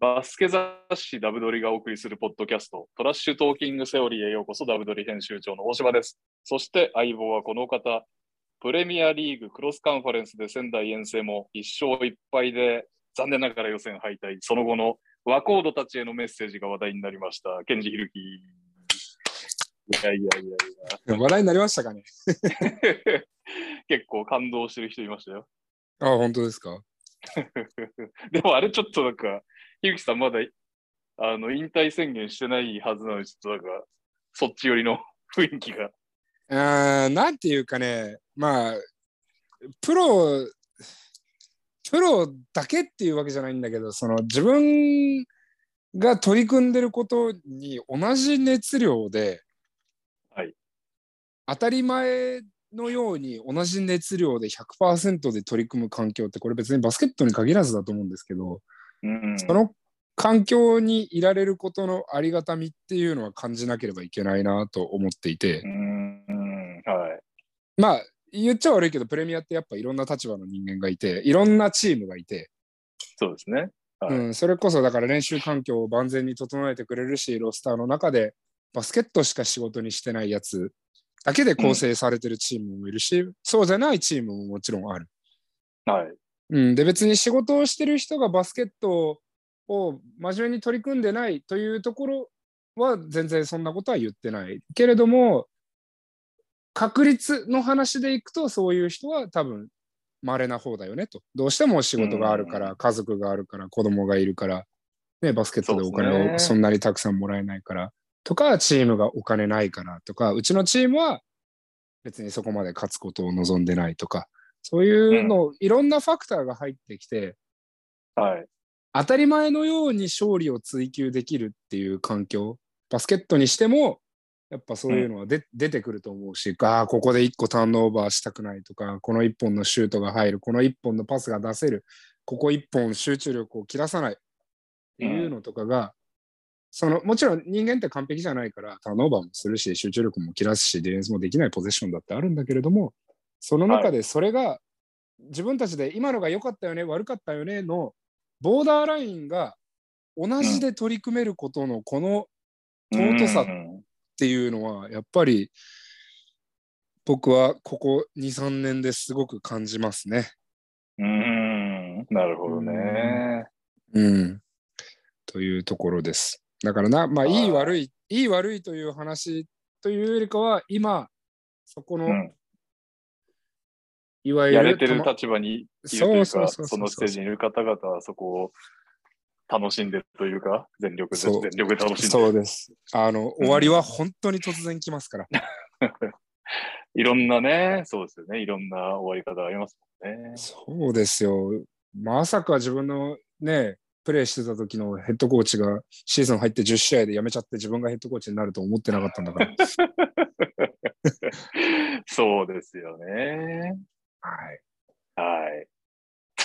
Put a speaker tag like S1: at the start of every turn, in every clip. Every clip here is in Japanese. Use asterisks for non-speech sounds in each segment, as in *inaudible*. S1: バスケ雑誌ダブドリがお送りするポッドキャスト、トラッシュトーキングセオリーへようこそダブドリ編集長の大島です。そして相棒はこの方、プレミアリーグクロスカンファレンスで仙台遠征も1勝1敗で残念ながら予選敗退、その後の和コードたちへのメッセージが話題になりました、ケンジヒルキ。いやいやいやい
S2: 話題になりましたかね
S1: や。 *laughs* 結構感動してる人いましたよ。
S2: ああ、本当ですか
S1: *laughs* でもあれちょっとなんか、ひゆきさんまだあの引退宣言してないはずなのに、ちょっとなんか、そっち寄りの *laughs* 雰囲気が。
S2: あーなんていうかね、まあ、プロ、プロだけっていうわけじゃないんだけど、その自分が取り組んでることに同じ熱量で、
S1: はい
S2: 当たり前のように同じ熱量で100%で取り組む環境って、これ別にバスケットに限らずだと思うんですけど、
S1: うん
S2: その環境にいられることのありがたみっていうのは感じなければいけないなと思っていて
S1: う、んうんはい。
S2: まあ言っちゃ悪いけどプレミアってやっぱいろんな立場の人間がいていろんなチームがいて、
S1: そうですね。はい
S2: うん、それこそだから練習環境を万全に整えてくれるしロスターの中でバスケットしか仕事にしてないやつだけで構成されてるチームもいるし、そうじゃないチームももちろんある。
S1: はい。
S2: うん、で別に仕事をしてる人がバスケットを真面目に取り組んでないというところは全然そんなことは言ってないけれども確率の話でいくとそういう人は多分稀な方だよねとどうしても仕事があるか
S1: う
S2: ら家族があるから子供がいるから、ね、バスケットでお
S1: そうです
S2: 金
S1: ね
S2: をそんなにたくさんもらえないからとかチームがお金ないからとかうちのチームは別にそこまで勝つことを望んでないとかそういうの、いろんなファクターが入ってきて
S1: はい。
S2: 当たり前のように勝利を追求できるっていう環境バスケットにしてもやっぱそういうのはで、出てくると思うしあーここで1個ターンオーバーしたくないとかこの1本のシュートが入るこの1本のパスが出せるここ1本集中力を切らさないっていうのとかが、そのもちろん人間って完璧じゃないからターンオーバーもするし集中力も切らすしディフェンスもできないポゼッションだってあるんだけれどもその中でそれが自分たちで今のが良かったよね悪かったよねのボーダーラインが同じで取り組めることのこの尊さ
S1: うん
S2: っていうのはやっぱり僕はここ23年ですごく感じますね。
S1: うん。なるほどね。
S2: うん、というところです。だからな、まあ、
S1: はい
S2: いい悪い、いい悪いという話というよりかは、今、そこの、
S1: うん
S2: いわゆる
S1: やれてる
S2: たま
S1: 立場にいると
S2: そ
S1: いうう
S2: そう
S1: か、
S2: そうそ
S1: そ
S2: うそう
S1: のステージにいる方々はそこを楽しんでるというか、全力で、
S2: そう
S1: 全力で楽しんで
S2: そうです。あの、終わりは本当に突然来ますから。
S1: *laughs* いろんなね、そうですよね。いろんな終わり方ありますもんね。
S2: そうですよ。まさか自分のね、プレーしてた時のヘッドコーチがシーズン入って10試合で辞めちゃって自分がヘッドコーチになると思ってなかったんだ
S1: *laughs*
S2: から。
S1: そうですよね。
S2: はい。
S1: はい。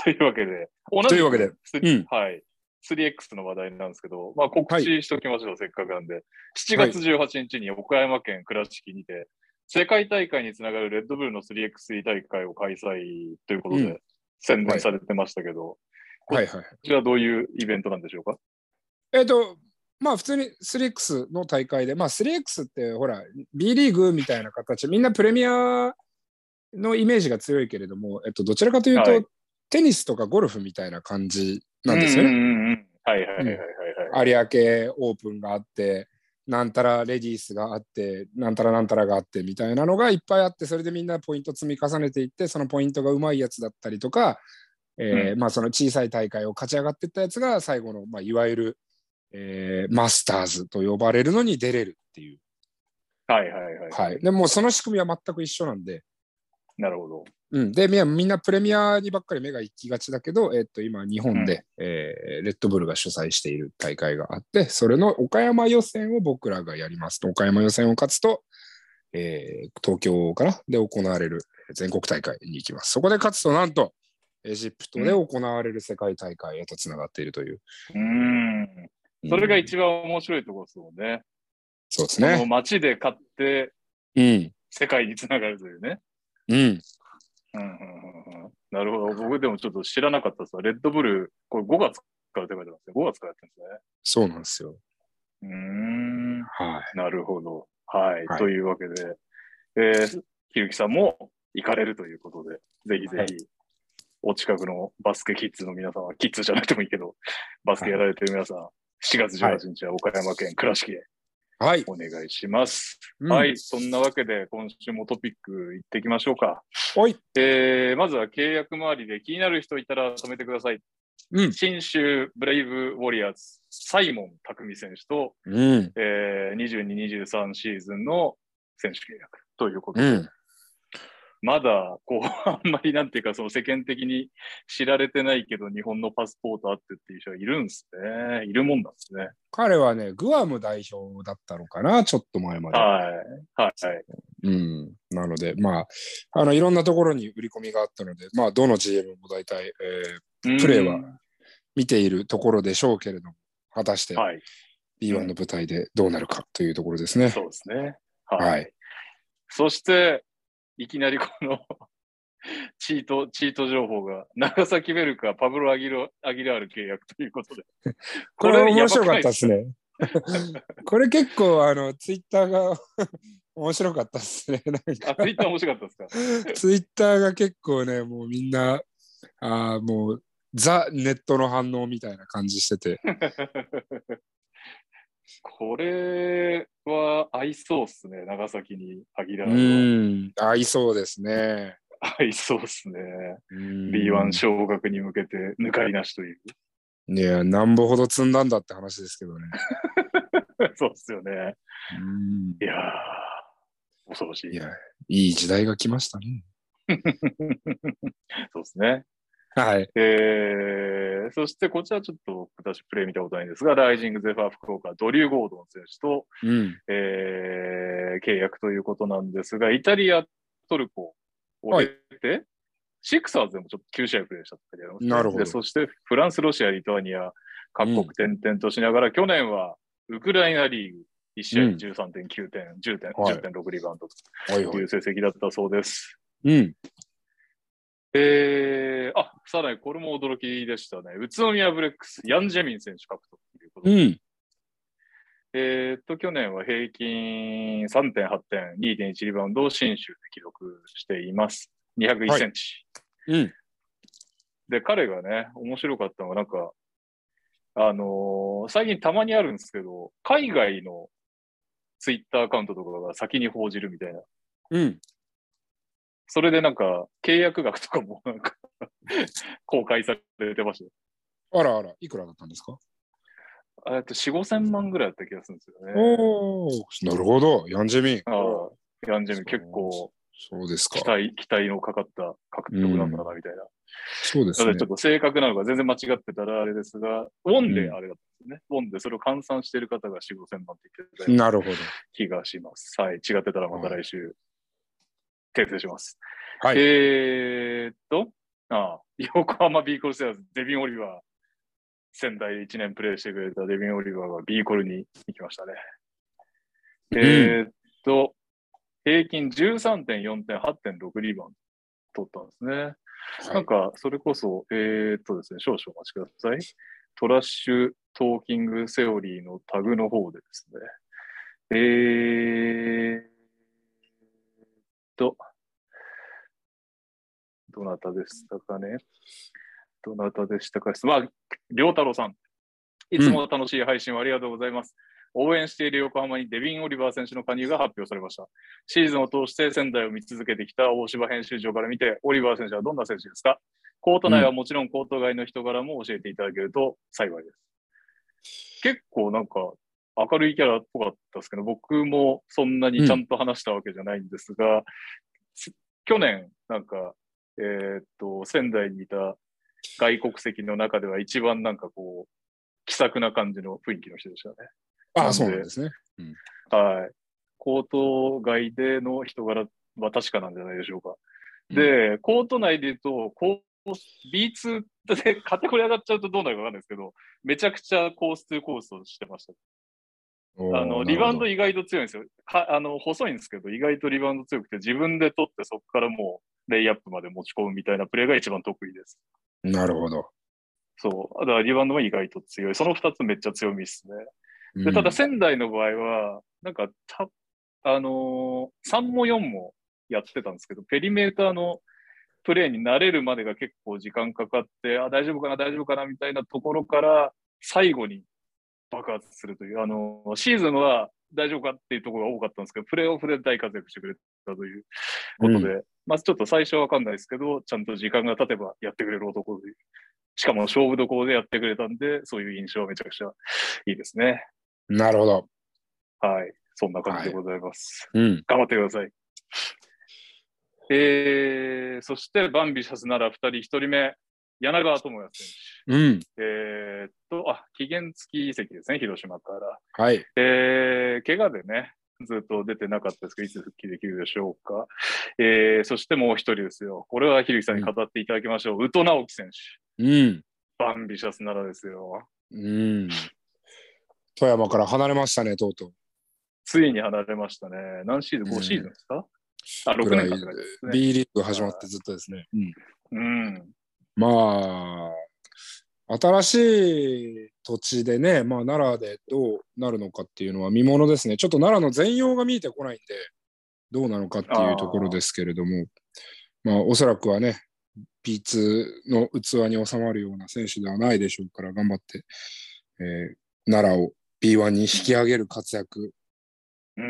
S1: というわけで、同
S2: というわけで、
S1: す
S2: うん
S1: はい。3X の話題なんですけど、まあ、告知しておきましょう、せっかくなんで。7
S2: はい
S1: 月18日に岡山県倉敷にて、世界大会につながるレッドブルの 3X3 大会を開催ということで、
S2: うん
S1: 宣伝されてましたけど、
S2: はいはい。
S1: こちらはどういうイベントなんでしょうか
S2: えっ、と、まあ普通に 3X の大会で、まあ 3X ってほら、B リーグみたいな形、みんなプレミアのイメージが強いけれども、えっと、どちらかというと、
S1: はい
S2: テニスとかゴルフみたいな感じなんですよね。
S1: うんうんうんうんはいはいはいはいはいはい。
S2: 有明オープンがあって、なんたらレディースがあって、なんたらなんたらがあってみたいなのがいっぱいあって、それでみんなポイント積み重ねていって、そのポイントがうまいやつだったりとか、えー
S1: う
S2: まあ、その小さい大会を勝ち上がっていったやつが最後の、まあ、いわゆる、えーマスターズと呼ばれるのに出れるっていう。
S1: はいはいはい。
S2: はい、でもうその仕組みは全く一緒なんで、
S1: なるほど。
S2: うん、でみんなみんなプレミアにばっかり目が行きがちだけど、えっと今日本で、えーレッドブルが主催している大会があってそれの岡山予選を僕らがやりますと岡山予選を勝つと、えー東京からで行われる全国大会に行きますそこで勝つとなんとエジプトで行われる世界大会へとつながっているという、
S1: うーん。それが
S2: うん
S1: 一番面白いところですもんね。
S2: そうです
S1: この
S2: ね
S1: 街で勝って、
S2: うん
S1: 世界につながるというね。
S2: うん
S1: うんうんうんうんなるほど。僕でもちょっと知らなかったですわレッドブル、これ5月からって書いてますね。5月からやってるんですね。
S2: そうなんですよ。
S1: うーん、
S2: は
S1: なるほど。はい。
S2: はい
S1: というわけで、えー、ひるきさんも行かれるということで、ぜひぜひ、
S2: はい
S1: お近くのバスケキッズの皆様、キッズじゃなくてもいいけど、バスケやられてる皆さん、7月18日は岡山県倉敷へ
S2: い。はい。
S1: お願いします。
S2: うん
S1: はい、そんなわけで、今週もトピック行ってきましょうか。
S2: おい。
S1: えー、まずは契約周りで気になる人いたら止めてください。
S2: うん。
S1: 新州ブレイブウォリアーズ、サイモン匠選手と、
S2: うん。
S1: えー、22、23シーズンの選手契約ということ
S2: う
S1: で、
S2: ん。
S1: まだこうあんまりなんていうか、その世間的に知られてないけど、日本のパスポートあってっていう人はいるんですね。いるもんなんですね。
S2: 彼はね、グアム代表だったのかな、ちょっと前まで。
S1: はい。はい。はい
S2: うん、なので、まあ、あのいろんなところに売り込みがあったので、まあ、どの GM も大体、えープレーは
S1: うん
S2: 見ているところでしょうけれども、果たして
S1: はい。
S2: B1 の舞台でどうなるかというところですね。
S1: そうですね。
S2: はい。
S1: そして、いきなりこの *laughs* チート、チート情報が、長崎ベルカ、パブロ・アギロアギラール契約ということで。
S2: *laughs* これ面白かったです
S1: ね。
S2: ね。 *laughs* これ結構、あの、ツイッターが *laughs* 面白かったですね。なん
S1: *laughs* あ、
S2: か、
S1: ツイッター面白かったですか
S2: ツイッターが結構ね、もうみんな、あーもう、ザ・ネットの反応みたいな感じしてて。
S1: *laughs* これは合いそうっすね、長崎に限ら
S2: う
S1: ず。
S2: ん、合いそうですね。
S1: 合いそうっすね。
S2: うん
S1: B1 昇格に向けて抜かりなしと
S2: *laughs*
S1: いう。
S2: いや、なんぼほど積んだんだって話ですけどね。
S1: そうっすよね。いやー、恐ろしい。
S2: いや、いい時代が来ましたね。
S1: *laughs* そうですね。
S2: はい。
S1: えー、そしてこちらちょっと私プレイ見たことないんですが、ライジングゼファー福岡、ドリュー・ゴードン選手と、
S2: うん。
S1: えー契約ということなんですが、イタリア、トルコを経て、シックサーズでもちょっと9試合プレーしたってやりますね
S2: なるほど
S1: でそしてフランス、ロシア、リトアニア、各国転々としながら、去年はウクライナリーグ1試合
S2: うん
S1: 13.9点、10点、
S2: はい
S1: 10.6リバウンドと
S2: はいはいい。
S1: う成績だったそうです。
S2: うん。
S1: えー、あ、さらにこれも驚きでしたね。宇都宮ブレックス、ヤンジェミン選手獲得ということで
S2: ん。
S1: えーっと、去年は平均3.8点、2.1リバウンドを新州で記録しています。201センチ。
S2: うん。
S1: で、彼がね、面白かったのは、なんか、あのー最近たまにあるんですけど、海外のツイッターアカウントとかが先に報じるみたいな。
S2: うん。
S1: それでなんか、契約額とかもなんか *laughs* 公開されてまし
S2: あらあら、いくらだったんですか
S1: た。えっと、4、5千万ぐらいだった気がするんですよね。
S2: おお。なるほど。ヤンジェミン。
S1: ああ、ヤンジェミン結構
S2: そうです
S1: 期
S2: か。
S1: 待、期待のかかった獲得なんだな、みたいな。
S2: そうです
S1: ただ
S2: ね
S1: ちょ。っと正確なのが全然間違ってたらあれですが、ウォンであれだったんですね。ウォンでそれを換算してる方が4、5千万って言ってたような
S2: なるほど。
S1: 気がします。はい、違ってたらまた来週、訂正します。
S2: はい
S1: えーっと、ああ横浜ビーコルセアーズ、デビン・オリバー、仙台で1年プレーしてくれたデビン・オリバーがビーコルに行きましたね。
S2: ん
S1: えーっと、平均13.4点、8.6リバウンド取ったんですね。な
S2: は
S1: ん
S2: い
S1: か、それこそ、えーっとですね、少々お待ちください。トラッシュトーキングセオリーのタグの方でですね、えーっと、どなたでしたかねどなたでしたかまあ、良太郎さん。いつも楽しい配信をありがとうございます。応援している横浜にデビン・オリバー選手の加入が発表されました。シーズンを通して仙台を見続けてきた大芝編集長から見て、オリバー選手はどんな選手ですかコート内はもちろんコート外の人柄も教えていただけると幸いです。結構なんか明るいキャラっぽかったですけど、僕もそんなにちゃんと話したわけじゃないんですが、つ去年なんか、えーっと、仙台にいた外国籍の中では一番なんかこう、気さくな感じの雰囲気の人でしたね。
S2: あ、そうなんですね。
S1: はい。コート外での人柄は確かなんじゃないでしょうか。
S2: うん
S1: で、コート内で言うと、こう B2 でカテゴリー上がっちゃうとどうなるかわかんないですけど、めちゃくちゃコース2コースをしてました。
S2: おー
S1: あのリバウンド
S2: なる
S1: 意外と強いんですよかあの。細いんですけど、意外とリバウンド強くて、自分で取ってそこからもうレイアップまで持ち込むみたいなプレーが一番得意です。
S2: ほどなるほど。
S1: そう。だからリバウンドも意外と強い。その2つめっちゃ強みですね。でただ仙台の場合は、なんかた、あのー3も4もやってたんですけど、ペリメーターのプレーに慣れるまでが結構時間かかって、あ、大丈夫かな、大丈夫かなみたいなところから、最後に爆発するという、あのーシーズンは大丈夫かっていうところが多かったんですけど、プレーオフで大活躍してくれたということで、まあちょっと最初はわかんないですけど、ちゃんと時間が経てばやってくれる男という。しかも勝負どころでやってくれたんで、そういう印象はめちゃくちゃいいですね。
S2: うんなるほど。
S1: はい。そんな感じでございます。
S2: うん。
S1: 頑張ってください。えー、そして、バンビシャスなら2人、1人目、柳川智也選
S2: うん。
S1: 手。えーっと、あ、期限付き移籍ですね、広島から。
S2: はい。
S1: えー、怪我でね、ずっと出てなかったですけど、いつ復帰できるでしょうか。えー、そしてもう1人ですよ。これはひるきさんに語っていただきましょう。宇都直樹選手。
S2: うん。
S1: バンビシャスならですよ。
S2: うん。富山から離れましたね、とうとう。
S1: ついに離れましたね。何シーズン ?5 シーズンですか、あ、6年間って書いてますね。
S2: B リーグ始まってずっとですね。うん、
S1: うん。
S2: まあ、新しい土地でね、まあ、奈良でどうなるのかっていうのは見ものですね。ちょっと奈良の全容が見えてこないんで、どうなのかっていうところですけれども、まあ、おそらくはね、P2 の器に収まるような選手ではないでしょうから、頑張って、えー奈良を B1 に引き上げる活躍、
S1: うん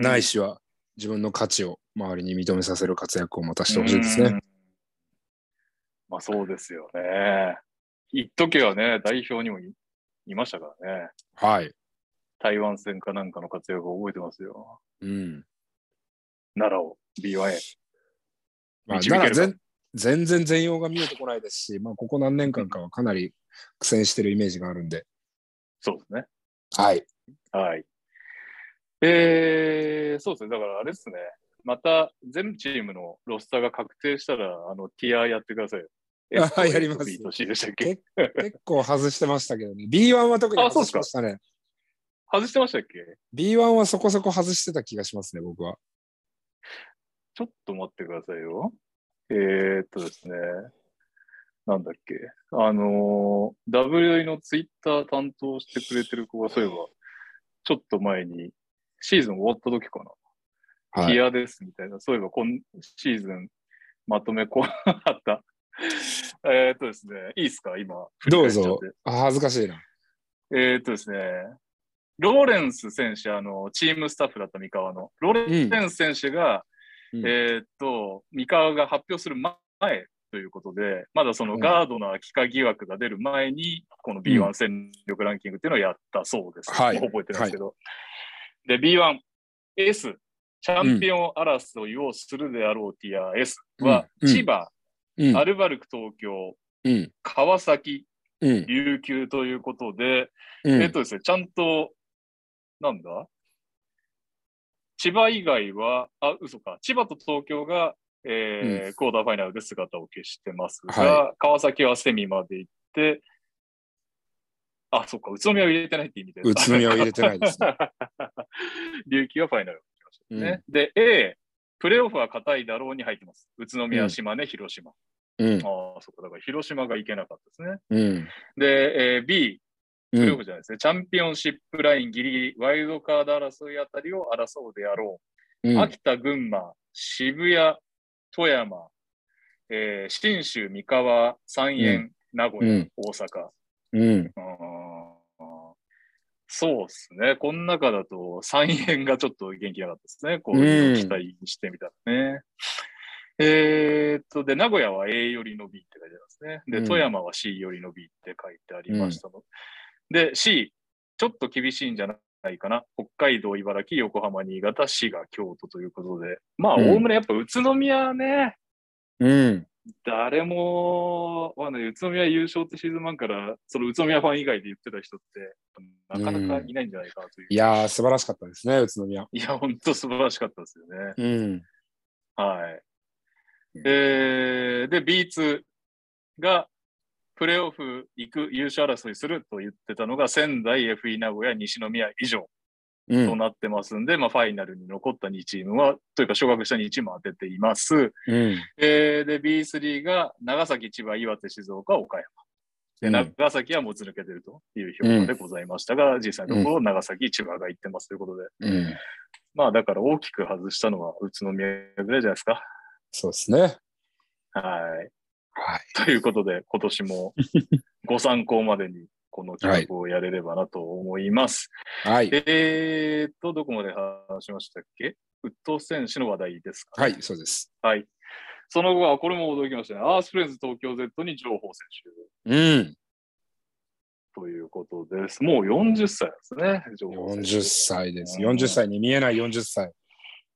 S2: ないしは自分の価値を周りに認めさせる活躍をまたしてほしいです
S1: う
S2: ね。
S1: ん。まあそうですよね。一時はね、代表にもいいましたからね。
S2: はい。
S1: 台湾戦かなんかの活躍を覚えてますよ。
S2: うん。
S1: 奈良を B1 へ。
S2: まあ、
S1: 導ければ
S2: 奈良全全然全容が見えてこないですし、まあ、ここ何年間かはかなり苦戦してるイメージがあるんで。
S1: そうですね。
S2: はい。
S1: はい。えー、そうですね。だからあれですね。また全チームのロスターが確定したら、あの、ティアやってくださいよ。
S2: あやります
S1: B と C でしたっけ
S2: 結結構外してましたけどね。B1 は特に
S1: あそう
S2: 外
S1: っす
S2: し
S1: か
S2: ましたね。
S1: 外してましたっけ
S2: B1 はそこそこ外してた気がしますね、僕は。
S1: ちょっと待ってくださいよ。えー、っとですね。なんだっけ。あのー、WA のツイッター担当してくれてる子が、そういえば、ちょっと前に、シーズン終わった時かな。
S2: はい
S1: ギアですみたいな。そういえば、今シーズンまとめこうあった。えー、っとですね。いいですか今。
S2: どう
S1: 振り返っ
S2: ぞ
S1: ちゃっ。
S2: あ恥ずかしいな。
S1: てえー、っとですね。ローレンス選手、あの、チームスタッフだった三河の。ローレンス選手が、
S2: うん
S1: えーっと、三河が発表する前ということで、まだその
S2: うん
S1: ガードナー帰化疑惑が出る前に、この B1 戦力ランキングっていうのをやったそうです。
S2: はい
S1: もう覚えてないですけど。で、B1、S、チャンピオン争いをするであろうティア S は、
S2: うん
S1: 千葉、
S2: うん
S1: アルバルク東京、
S2: うん
S1: 川崎、
S2: うん
S1: 琉球ということで、
S2: うん
S1: えっとですね、ちゃんと、なんだ千葉以外は、あ、嘘か。千葉と東京が、えークォーターファイナルで姿を消してますが、
S2: は
S1: 川崎はセミまで行って、あ、そっか、宇都宮を入れてないって意味で。
S2: 宇都宮を入れてないですね。
S1: *laughs* 琉球はファイナルに行きましたね。で、A、プレーオフは硬いだろうに入ってます。宇都
S2: う
S1: 宮、
S2: ん
S1: 島根、広島。
S2: うん
S1: ああ、そっか、だから広島が行けなかったですね。
S2: うん
S1: で、えー B、
S2: う
S1: プレーオ
S2: ん
S1: フじゃないですね、チャンピオンシップラインギリギリ、ワイルドカード争いあたりを争うであろう。
S2: うん
S1: 秋田、群馬、渋谷、富山、えー、信州、三河、三円、名古屋、
S2: うん
S1: 大阪。
S2: うん
S1: うーんそうですね、この中だと三円がちょっと元気なかったですね、こういうのを期待してみたらね。えーっと、で、名古屋は A よりの B って書いてありますね。
S2: うん
S1: で、富山は C よりの B って書いてありましたの。で、C、ちょっと厳しいんじゃないかな。北海道、茨城、横浜、新潟、滋賀、京都ということで。まあ、
S2: うん
S1: おおむねやっぱ宇都宮ね、
S2: うん
S1: 誰も、まあね、宇都宮優勝ってシーズン1から、その宇都宮ファン以外で言ってた人って、なかなかいないんじゃないかなという。
S2: いやー素晴らしかったですね、宇都宮。
S1: いや、本当素晴らしかったですよね。
S2: うん
S1: はい。
S2: うん
S1: えーで、B2 がプレーオフ行く優勝争いすると言ってたのが仙台、FE 名古屋、西宮以上
S2: う
S1: と
S2: ん
S1: なってますんで、まあ、ファイナルに残った2チームは、というか昇格した2チームを当てています。
S2: うん
S1: えーで、B3 が長崎、千葉、岩手、静岡、岡山。で、
S2: うん
S1: 長崎はもうず抜けてるという評価でございましたが、実際のところ長崎、千葉が行ってますということで、
S2: うん。
S1: まあだから大きく外したのは宇都宮ぐらいじゃないですか。
S2: そうですね。
S1: はい。 *laughs*
S2: はい。
S1: ということで、今年もご参考までにこの企画をやれればなと思います。
S2: はい。
S1: えーっと、どこまで話しましたっけウッド選手の話題ですか、
S2: はい、そうです。
S1: はい。その後は、これも驚きましたね。アースフレンズ東京 Z に情報選
S2: うん。
S1: 手ということです。もう40歳ですね。情報選手
S2: 40歳です。
S1: うん
S2: 40歳に見えない40歳。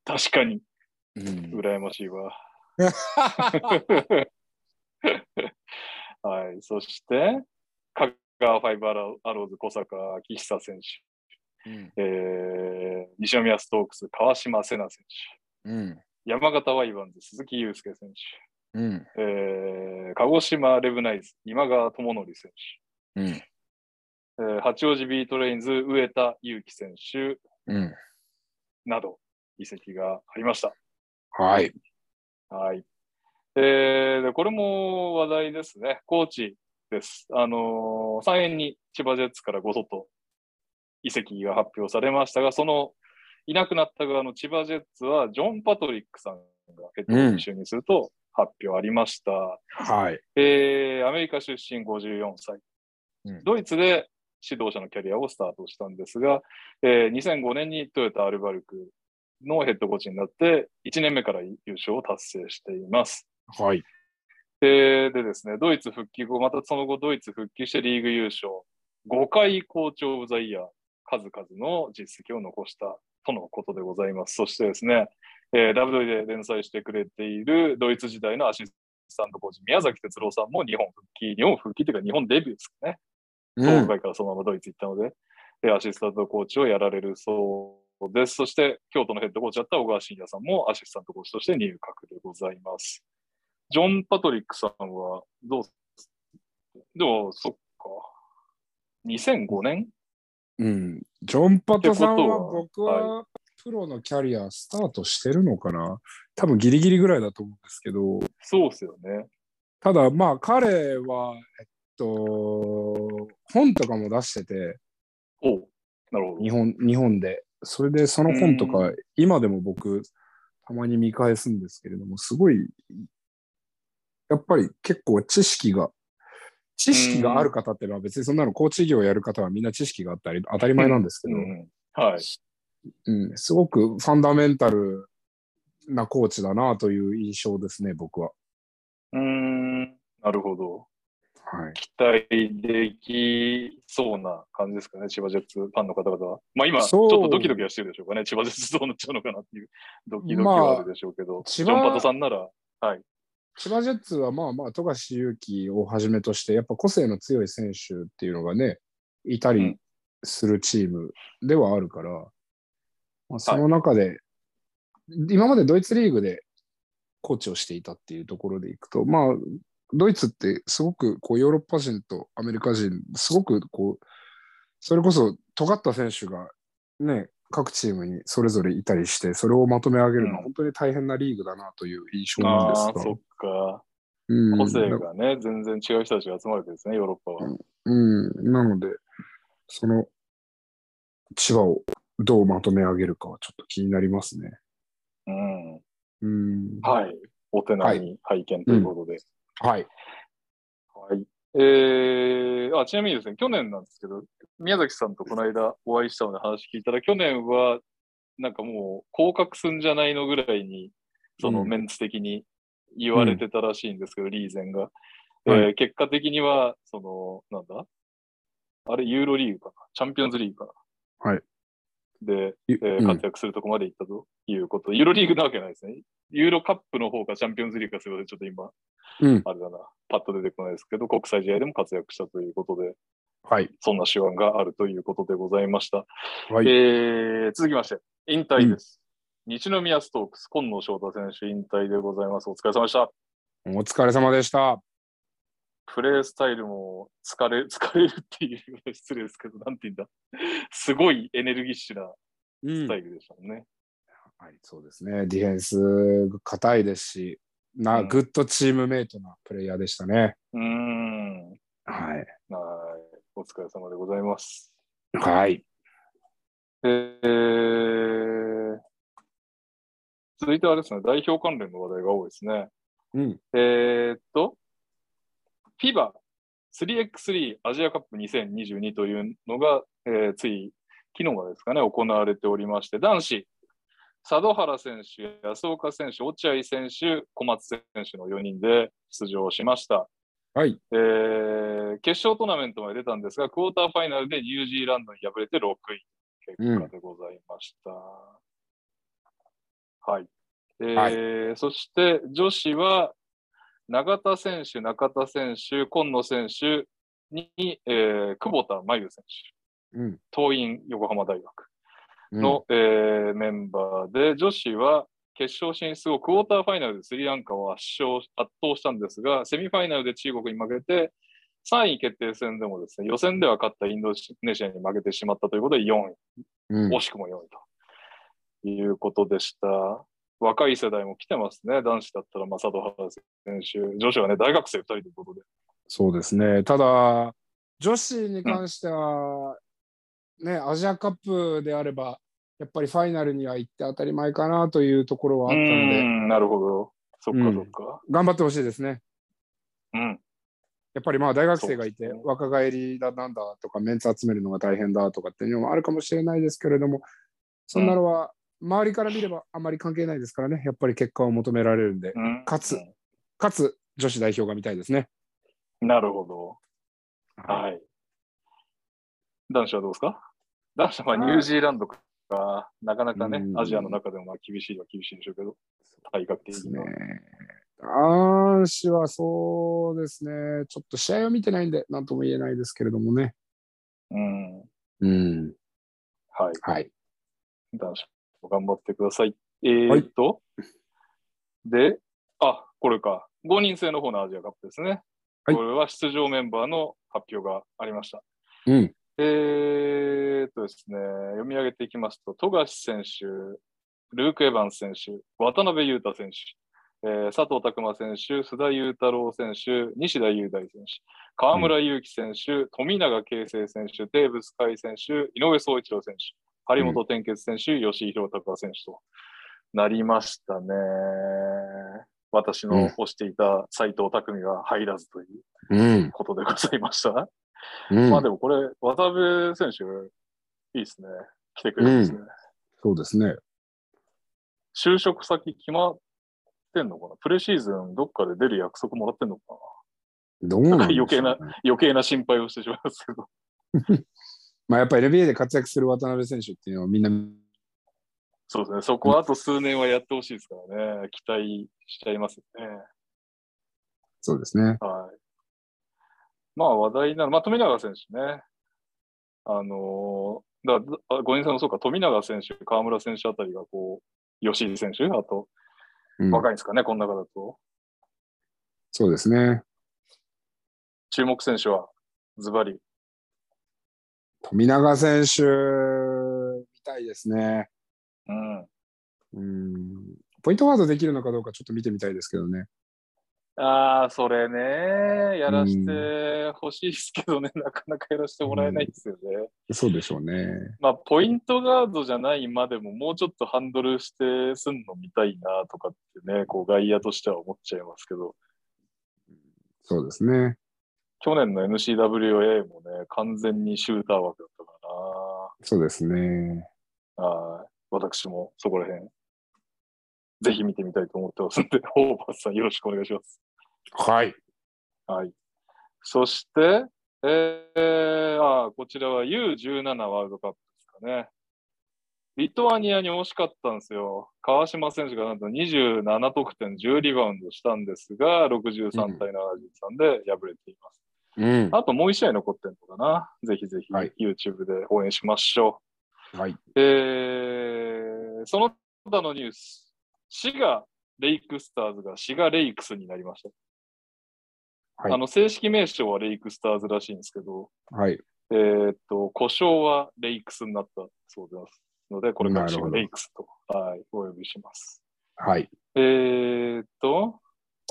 S1: 確かに、
S2: うん。
S1: 羨ましい
S2: *laughs*
S1: わ。はい。そして、カガーファイブアロアローズ小坂明久選
S2: うん
S1: 手、えー、西宮ストークス川島瀬奈選
S2: うん。
S1: 手、山形ワイバンズ鈴木祐介選
S2: うん。
S1: 手、えー、鹿児島レブナイズ今川智則選手、
S2: うん。
S1: えー八王子ビートレインズ、上田祐樹選手
S2: うん。
S1: など、移籍がありました。
S2: はい。
S1: はい。えーで、これも話題ですね。コーチです。あのー、3円に千葉ジェッツからごそっと移籍が発表されましたが、そのいなくなった側の千葉ジェッツは、ジョン・パトリックさんがヘッドコーチに就任すると発表ありました。
S2: はい。
S1: えーアメリカ出身54歳、
S2: うん
S1: ドイツで指導者のキャリアをスタートしたんですが、えー2005年にトヨタアルバルクのヘッドコーチになって、1年目から優勝を達成しています。
S2: はい。
S1: えーでですね、ドイツ復帰後、またその後ドイツ復帰してリーグ優勝、5回校長オブザイヤー、数々の実績を残したとのことでございます。そしてですね、えー、w で連載してくれているドイツ時代のアシスタントコーチ、宮崎哲郎さんも日本復帰、日本復帰というか日本デビューですかね。
S2: うん
S1: 東。海からそのままドイツ行ったので、でアシスタントコーチをやられるそうです。そして、京都のヘッドコーチだった小川慎也さんもアシスタントコーチとして入閣でございます。ジョン・パトリックさんは、どうでも、そっか。2005年
S2: うん。ジョン・パタさんは
S1: ってこ
S2: 僕
S1: とは
S2: はプロのキャリアスタートしてるのかな多分ギリギリぐらいだと思うんですけど、
S1: そうですよね。
S2: ただまあ彼は、えっと、本とかも出してて、
S1: おうなるほど
S2: 日。本日本で。それでその本と
S1: う
S2: か今でも僕たまに見返すんですけれども、すごい、やっぱり結構知識が、知識がある方っていうのは別にそんなのコーチ業をやる方はみんな知識があったり当たり前なんですけ
S1: う
S2: ど、
S1: ん、はい。
S2: うん、すごくファンダメンタルなコーチだなという印象ですね、僕は。
S1: うーん、なるほど。
S2: はい。
S1: 期待できそうな感じですかね、千葉ジェッツファンの方々は。まあ今、ち
S2: そ
S1: ょ
S2: う
S1: っとドキドキはしてるでしょうかね、千葉ジェッツどうなっちゃうのかなっていう *laughs* ドキドキはあるでしょうけど、
S2: 千
S1: ジ
S2: 葉
S1: ョン・パトさんなら、
S2: 千葉ジェッツはまあまあ、富樫勇樹をはじめとして、やっぱ個性の強い選手っていうのがね、いた
S1: うん
S2: りするチームではあるから、まあ、その中で、今までドイツリーグでコーチをしていたっていうところでいくと、まあ、ドイツってすごくこうヨーロッパ人とアメリカ人、すごくこう、それこそ尖った選手がね、各チームにそれぞれいたりして、それをまとめ上げるの
S1: う
S2: は
S1: ん
S2: 本当に大変なリーグだなという印象なんです
S1: ああー、
S2: が
S1: そっか、
S2: うん
S1: 個性がね、全然違う人たちが集まるわけですね、ヨーロッパは。
S2: うん、なので、その、千葉をどうまとめ上げるかはちょっと気になりますね。
S1: うん、
S2: うん。
S1: はい。お手並み拝見ということで。
S2: はい。
S1: はい。えーあちなみにですね、去年なんですけど、宮崎さんとこの間お会いしたので話聞いたら、去年は、なんかもう、降格すんじゃないのぐらいに、その
S2: うん
S1: メンツ的に言われてたらしいんですけど、リーゼンが。えー
S2: は
S1: 結果的には、その、なんだあれ、ユーロリーグかなチャンピオンズリーグかな
S2: はい。
S1: で、
S2: ゆ
S1: えー
S2: うん
S1: 活躍するとこまで行ったということ。ユーロリーグなわけないですね。ユーロカップの方かチャンピオンズリーグかすいません、ちょっと今、
S2: うん。
S1: あれだな、パッと出てこないですけど、国際試合でも活躍したということで、
S2: はい。
S1: そんな手腕があるということでございました。
S2: はい。
S1: えー続きまして、引退です。日宮ストークス、今野翔太選手引退でございます。お疲れ様でした。
S2: お疲れ様でした。
S1: プレースタイルも疲れ、 *laughs* 疲れるっていう失礼ですけど、なんて言うんだ。すごいエネルギッシュな
S2: う
S1: ス
S2: ん
S1: タイルでしたもんね。
S2: はい、そうですね。ディフェンスが硬いですし、な、
S1: うん
S2: グッドチームメイトなプレイヤーでしたね。
S1: うーん。
S2: はい。
S1: お疲れ様でございます。
S2: はい。
S1: えー、続いてはあれですね、代表関連の話題が多いですね。
S2: うん。
S1: えーっと、FIBA 3x3 アジアカップ2022というのが、えーつい昨日までですかね、行われておりまして、男子、佐渡原選手、安岡選手、落合選手、小松選手の4人で出場しました。
S2: はい。
S1: えー決勝トーナメントまで出たんですが、クォーターファイナルでニュージーランドに敗れて6位、結果でございました。はい、えーそして女子は、永田選手、中田選手、今野選手に、えー久保田真由選
S2: うん。
S1: 手、東院横浜大学
S2: うん
S1: の、えーメンバーで、女子は決勝進出後、クォーターファイナルでスリランカを圧勝圧倒したんですが、セミファイナルで中国に負けて、3位決定戦でもですね、予選では勝ったインドネシアに負けてしまったということで4
S2: うん
S1: 位、惜しくも4位ということでした。若い世代も来てますね、男子だったら、まあ佐藤原選手、女子はね、大学生2人ということで。
S2: そうですね。ただ、女子に関しては、ね、アジアカップであれば、やっぱりファイナルには行って当たり前かなというところはあったの
S1: う
S2: で、
S1: んなるほど。そっかそっか。
S2: 頑張ってほしいですね。
S1: うん。
S2: やっぱりまあ大学生がいて
S1: そうですね、
S2: 若返りだなんだとか、メンツ集めるのが大変だとかっていうのもあるかもしれないですけれども、そんなのは周りから見ればあまり関係ないですからね、やっぱり結果を求められるんで、
S1: うん
S2: 勝つかつ女子代表が見たいですね。
S1: なるほど。はい。男子はどうですか男子はまあ
S2: は
S1: ニ
S2: い
S1: ュージーランドか、なかなかね
S2: う、ん
S1: アジアの中でもまあ厳しいは厳しいんでしょうけど、体格的
S2: です
S1: に
S2: ね
S1: は。。
S2: 男子はそうですね、ちょっと試合を見てないんで、なんとも言えないですけれどもね。
S1: うん。は
S2: うん、
S1: い。
S2: はい。
S1: 男子も頑張ってください。えー、
S2: は
S1: っ
S2: い
S1: と、で、あ、これか。5人制の方のアジアカップですね。
S2: はい
S1: これは出場メンバーの発表がありました。
S2: うん、
S1: えーっとですね、読み上げていきますと、富樫選手、ルーク・エヴァンス選手、渡辺裕太選手、えー佐藤拓磨選手、須田雄太郎選手、西田雄大選手、河村勇輝選手、富永啓生選手、テーブス海選手、井上宗一郎選手、張本天傑選手、吉井宏隆選手となりましたね。私の推していた斎藤匠が入らずという
S2: うん、
S1: ことでございました。
S2: うん
S1: まあでもこれ、渡辺選手、いいですね。来てくれるんですね。
S2: そうですね。
S1: 就職先決まってんのかなプレシーズンどっかで出る約束もらってんのかな
S2: どうなんでしょう
S1: 余
S2: ね
S1: 計な余計な心配をしてしまいますけど。
S2: まあやっぱり NBA で活躍する渡辺選手っていうのはみんな、
S1: そうですね。そこはあと数年はやってほしいですからね。期待しちゃいますね。
S2: そうですね。
S1: はい。まあ話題なの、まあ富永選手ね。あのーだあ5人制もそうか、富永選手、河村選手あたりがこう、吉井選手、あと、
S2: うん
S1: 若いんですかね、この中だと。
S2: そうですね。
S1: 注目選手は、ズバリ。
S2: 富永選手、みたいですね。
S1: うん。
S2: うん。ポイントガードできるのかどうかちょっと見てみたいですけどね。
S1: ああ、それね、やらしてほしいですけどね、なかなかやらせてもらえないですよね。
S2: そうでしょうね。
S1: まあ、ポイントガードじゃないまでも、もうちょっとハンドルしてすんの見たいなとかってね、こう外野としては思っちゃいますけど、
S2: そうですね。
S1: 去年の NCWA もね、完全にシューター枠だったか
S2: そうですね。
S1: らな。はい。私もそこら辺、ぜひ見てみたいと思ってますんで、 *laughs* ホーバスさんよろしくお願いします。
S2: はい。
S1: はい。そして、えーあーこちらは U17 ワールドカップですかね。リトアニアに惜しかったんですよ。川島選手がなんと27得点10リバウンドしたんですが、63対73で敗れています。
S2: うん。
S1: あともう1試合残ってるのかな。ぜひぜひ
S2: はい
S1: YouTube で応援しましょ
S2: はい。
S1: う。えーその他のニュース。滋賀レイクスターズが滋賀レイクスになりました。
S2: はい
S1: あの正式名称はレイクスターズらしいんですけど、
S2: はい。
S1: えーっと、故障はレイクスになったそうですので、これから
S2: なるほど
S1: レイクスと、はい、お呼びします。
S2: はい。
S1: えーっと、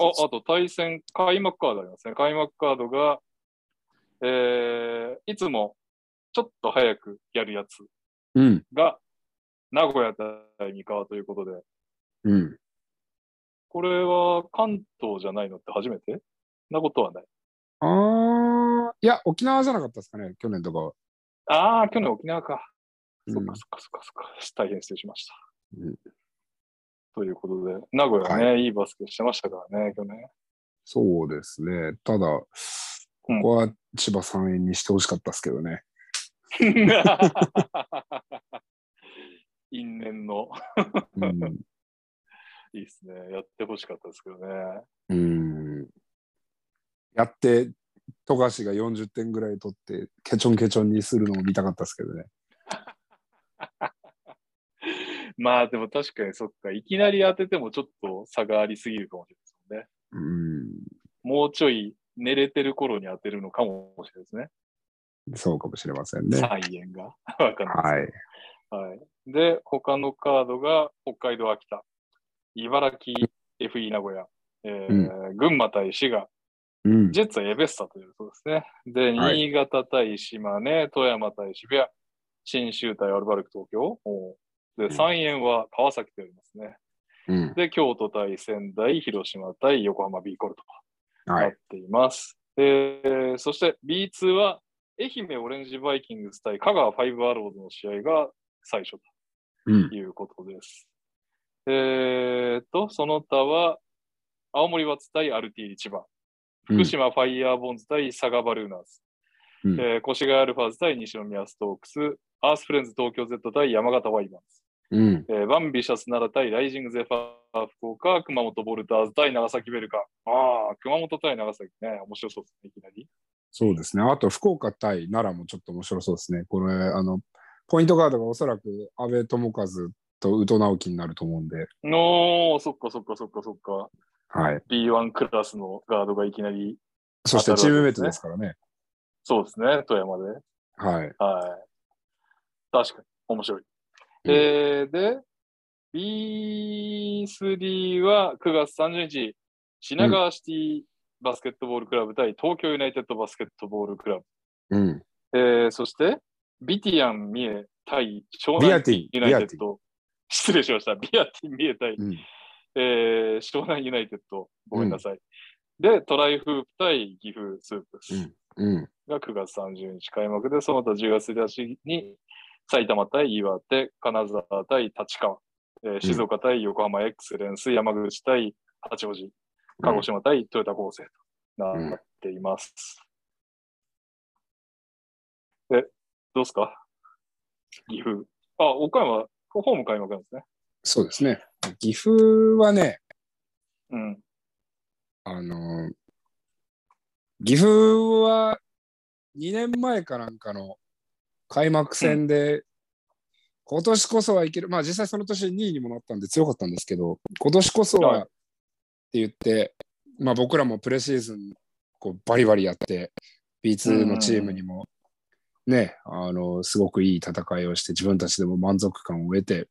S1: ああと対戦、開幕カードありますね。開幕カードが、えーいつもちょっと早くやるやつ
S2: うん。
S1: が、名古屋対三河ということで、
S2: うん。
S1: これは関東じゃないのって初めてなことはない。
S2: ああ、いや、沖縄じゃなかったですかね、去年とかは。
S1: ああ、去年沖縄か。そっ
S2: うん
S1: かそっかそっかそっか。大変失礼しました。
S2: うん
S1: ということで、名古屋ね、い、いバスケしてましたからね、去
S2: *laughs*
S1: 年。
S2: そうですね。ただ、ここは千葉三円にしてほしかったですけど *laughs* ね。
S1: 因縁の、
S2: うん。
S1: いいですね。やってほしかったですけどね。
S2: うん、やって、富樫が40点ぐらい取って、ケチョンケチョンにするのも見たかったですけどね。
S1: まあでも確かにそっか、いきなり当ててもちょっと差がありすぎるかもしれないですもんね。
S2: うん、
S1: もうちょい寝れてる頃に当てるのかもしれない
S2: そうかもしれません
S1: ですね。
S2: ね。
S1: 再演が。 *laughs* わかんないです
S2: はい。
S1: はい。で、他のカードが北海道、秋田、茨城、FE 名古屋、えー群馬対滋賀、
S2: うん。
S1: ジェッツはエベッサということですね。で、
S2: はい
S1: 新潟対島根、富山対渋谷、新州対アルバルク東京。おー
S2: うん
S1: で、三円は川崎とありますね。
S2: うん、
S1: で、京都対仙台、広島対横浜 B コルと
S2: は
S1: なっ
S2: い。
S1: ています。えーそして B2 は愛媛オレンジバイキングス対香川ファイブアローズの試合が最初
S2: うん
S1: と。いうことです。えー、と、その他は、青森ワッツ対アルティー千葉、福島ファイヤーボンズ対佐賀バルーナーズ、
S2: うん
S1: えー越谷アルファーズ対西宮ストークス、アースフレンズ東京 Z 対山形ワイマン
S2: うん。
S1: ズ、えーバンビシャス奈良対ライジングゼファー福岡、熊本ボルターズ対長崎ベルカ。ああ、熊本対長崎ね、面白そうですね、いきなり。
S2: そうですね。あと、福岡対奈良もちょっと面白そうですね。これ、あの、ポイントガードがおそらく安倍智和と宇都直樹になると思うんで、
S1: おー、そっかそっかそっかそっか。
S2: はい。
S1: B1 クラスのガードがいきなり、
S2: そしてチームメイトですからね。
S1: そうですね、富山で。
S2: はい。
S1: はい。確かに、面白い。
S2: うん
S1: えーで、B3 は9月30日、品川シティバスケットボールクラブ対東京ユナイテッドバスケットボールクラブ。
S2: うん。
S1: えーそして、ビティアン・ミエ対湘
S2: ビア
S1: 南
S2: ティ、
S1: ユ
S2: ビ
S1: ナ
S2: ア
S1: イ
S2: テ
S1: テッ
S2: ィ。
S1: ド。失礼しました。ビアティ・ミエ対、
S2: うん。
S1: えー湘南ユナイテッド。ごめんなさい。で、トライフープ対岐阜スープです。
S2: うん。
S1: が9月30日開幕で、その他10月1日に埼玉対岩手、金沢対立川、えー静岡対横浜エクセレンス、山口対八王子、鹿児島対豊田高生となっています。え、どうですか岐阜。あ、岡山、ホーム開幕なんですね。
S2: そうですね。岐阜はね、
S1: うん。
S2: あのー岐阜は2年前かなんかの開幕戦で、今年こそはいける、まあ実際その年2位にもなったんで強かったんですけど、今年こそ
S1: は
S2: はいって言って、まあ僕らもプレシーズンこうバリバリやって、B2 のチームにもね、あのすごくいい戦いをして、自分たちでも満足感を得て、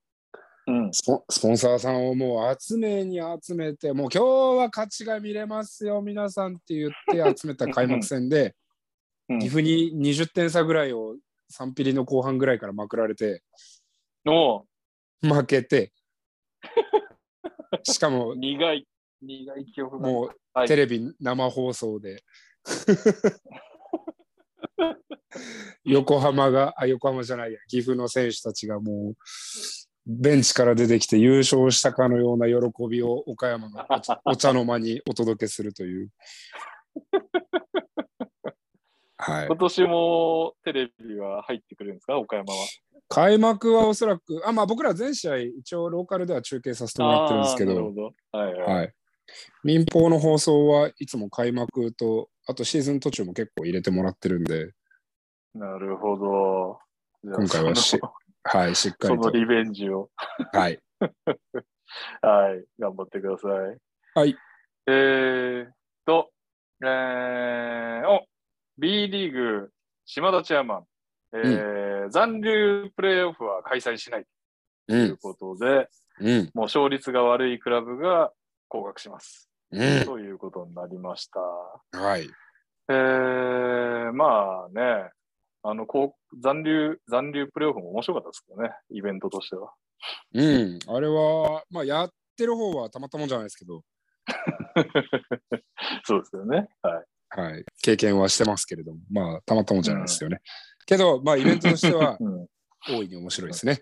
S1: うん。
S2: スポスポンサーさんをもう集めに集めて、もう今日は勝ちが見れますよ、皆さんって言って集めた開幕戦で、
S1: うん
S2: 岐阜に20点差ぐらいを3ピリの後半ぐらいからまくられて、
S1: の
S2: 負
S1: *laughs*
S2: けて、しかも
S1: 苦い、苦い記憶が。
S2: も
S1: は
S2: う
S1: い
S2: テレビ生放送で、 *laughs* 横浜が、あ、横浜じゃないや、岐阜の選手たちがもう、ベンチから出てきて優勝したかのような喜びを岡山のお
S1: *laughs*
S2: 茶お茶の間にお届けするという。は
S1: *laughs*
S2: い
S1: 今、年もテレビは入ってくれるんですか岡山は。
S2: 開幕はおそらく、あまあ、僕ら全試合、一応ローカルでは中継させてもらってるんですけ
S1: あーな
S2: ど
S1: る、ほど。はいはい。
S2: はい。民放の放送はいつも開幕と、あとシーズン途中も結構入れてもらってるんで、
S1: なるほど。じゃあ
S2: 今回はし
S1: その
S2: はい、しっか
S1: そ
S2: り
S1: の
S2: と。
S1: リベンジを、
S2: はい。
S1: はい、頑張ってください。
S2: はい。
S1: えーっと、えー、お B リーグ、島田チェアマン、えー残留プレーオフは開催しないと
S2: う、
S1: いうんことで、
S2: うん、
S1: もう勝率が悪いクラブが降格します。
S2: う
S1: ということになりました。
S2: ん。はい。
S1: えー、まあね、あの、こう、残留、残留プレーオフも面白かったですけどね、イベントとしては。 *laughs*
S2: うん、あれは、まあ、やってる方はたまったもんじゃないですけど、
S1: そうですよね。はい。
S2: はい、経験はしてますけれども、まあ、たまったもんじゃないですよね。けど、まあ、イベントとしては
S1: うん。
S2: 大いに面白いですね。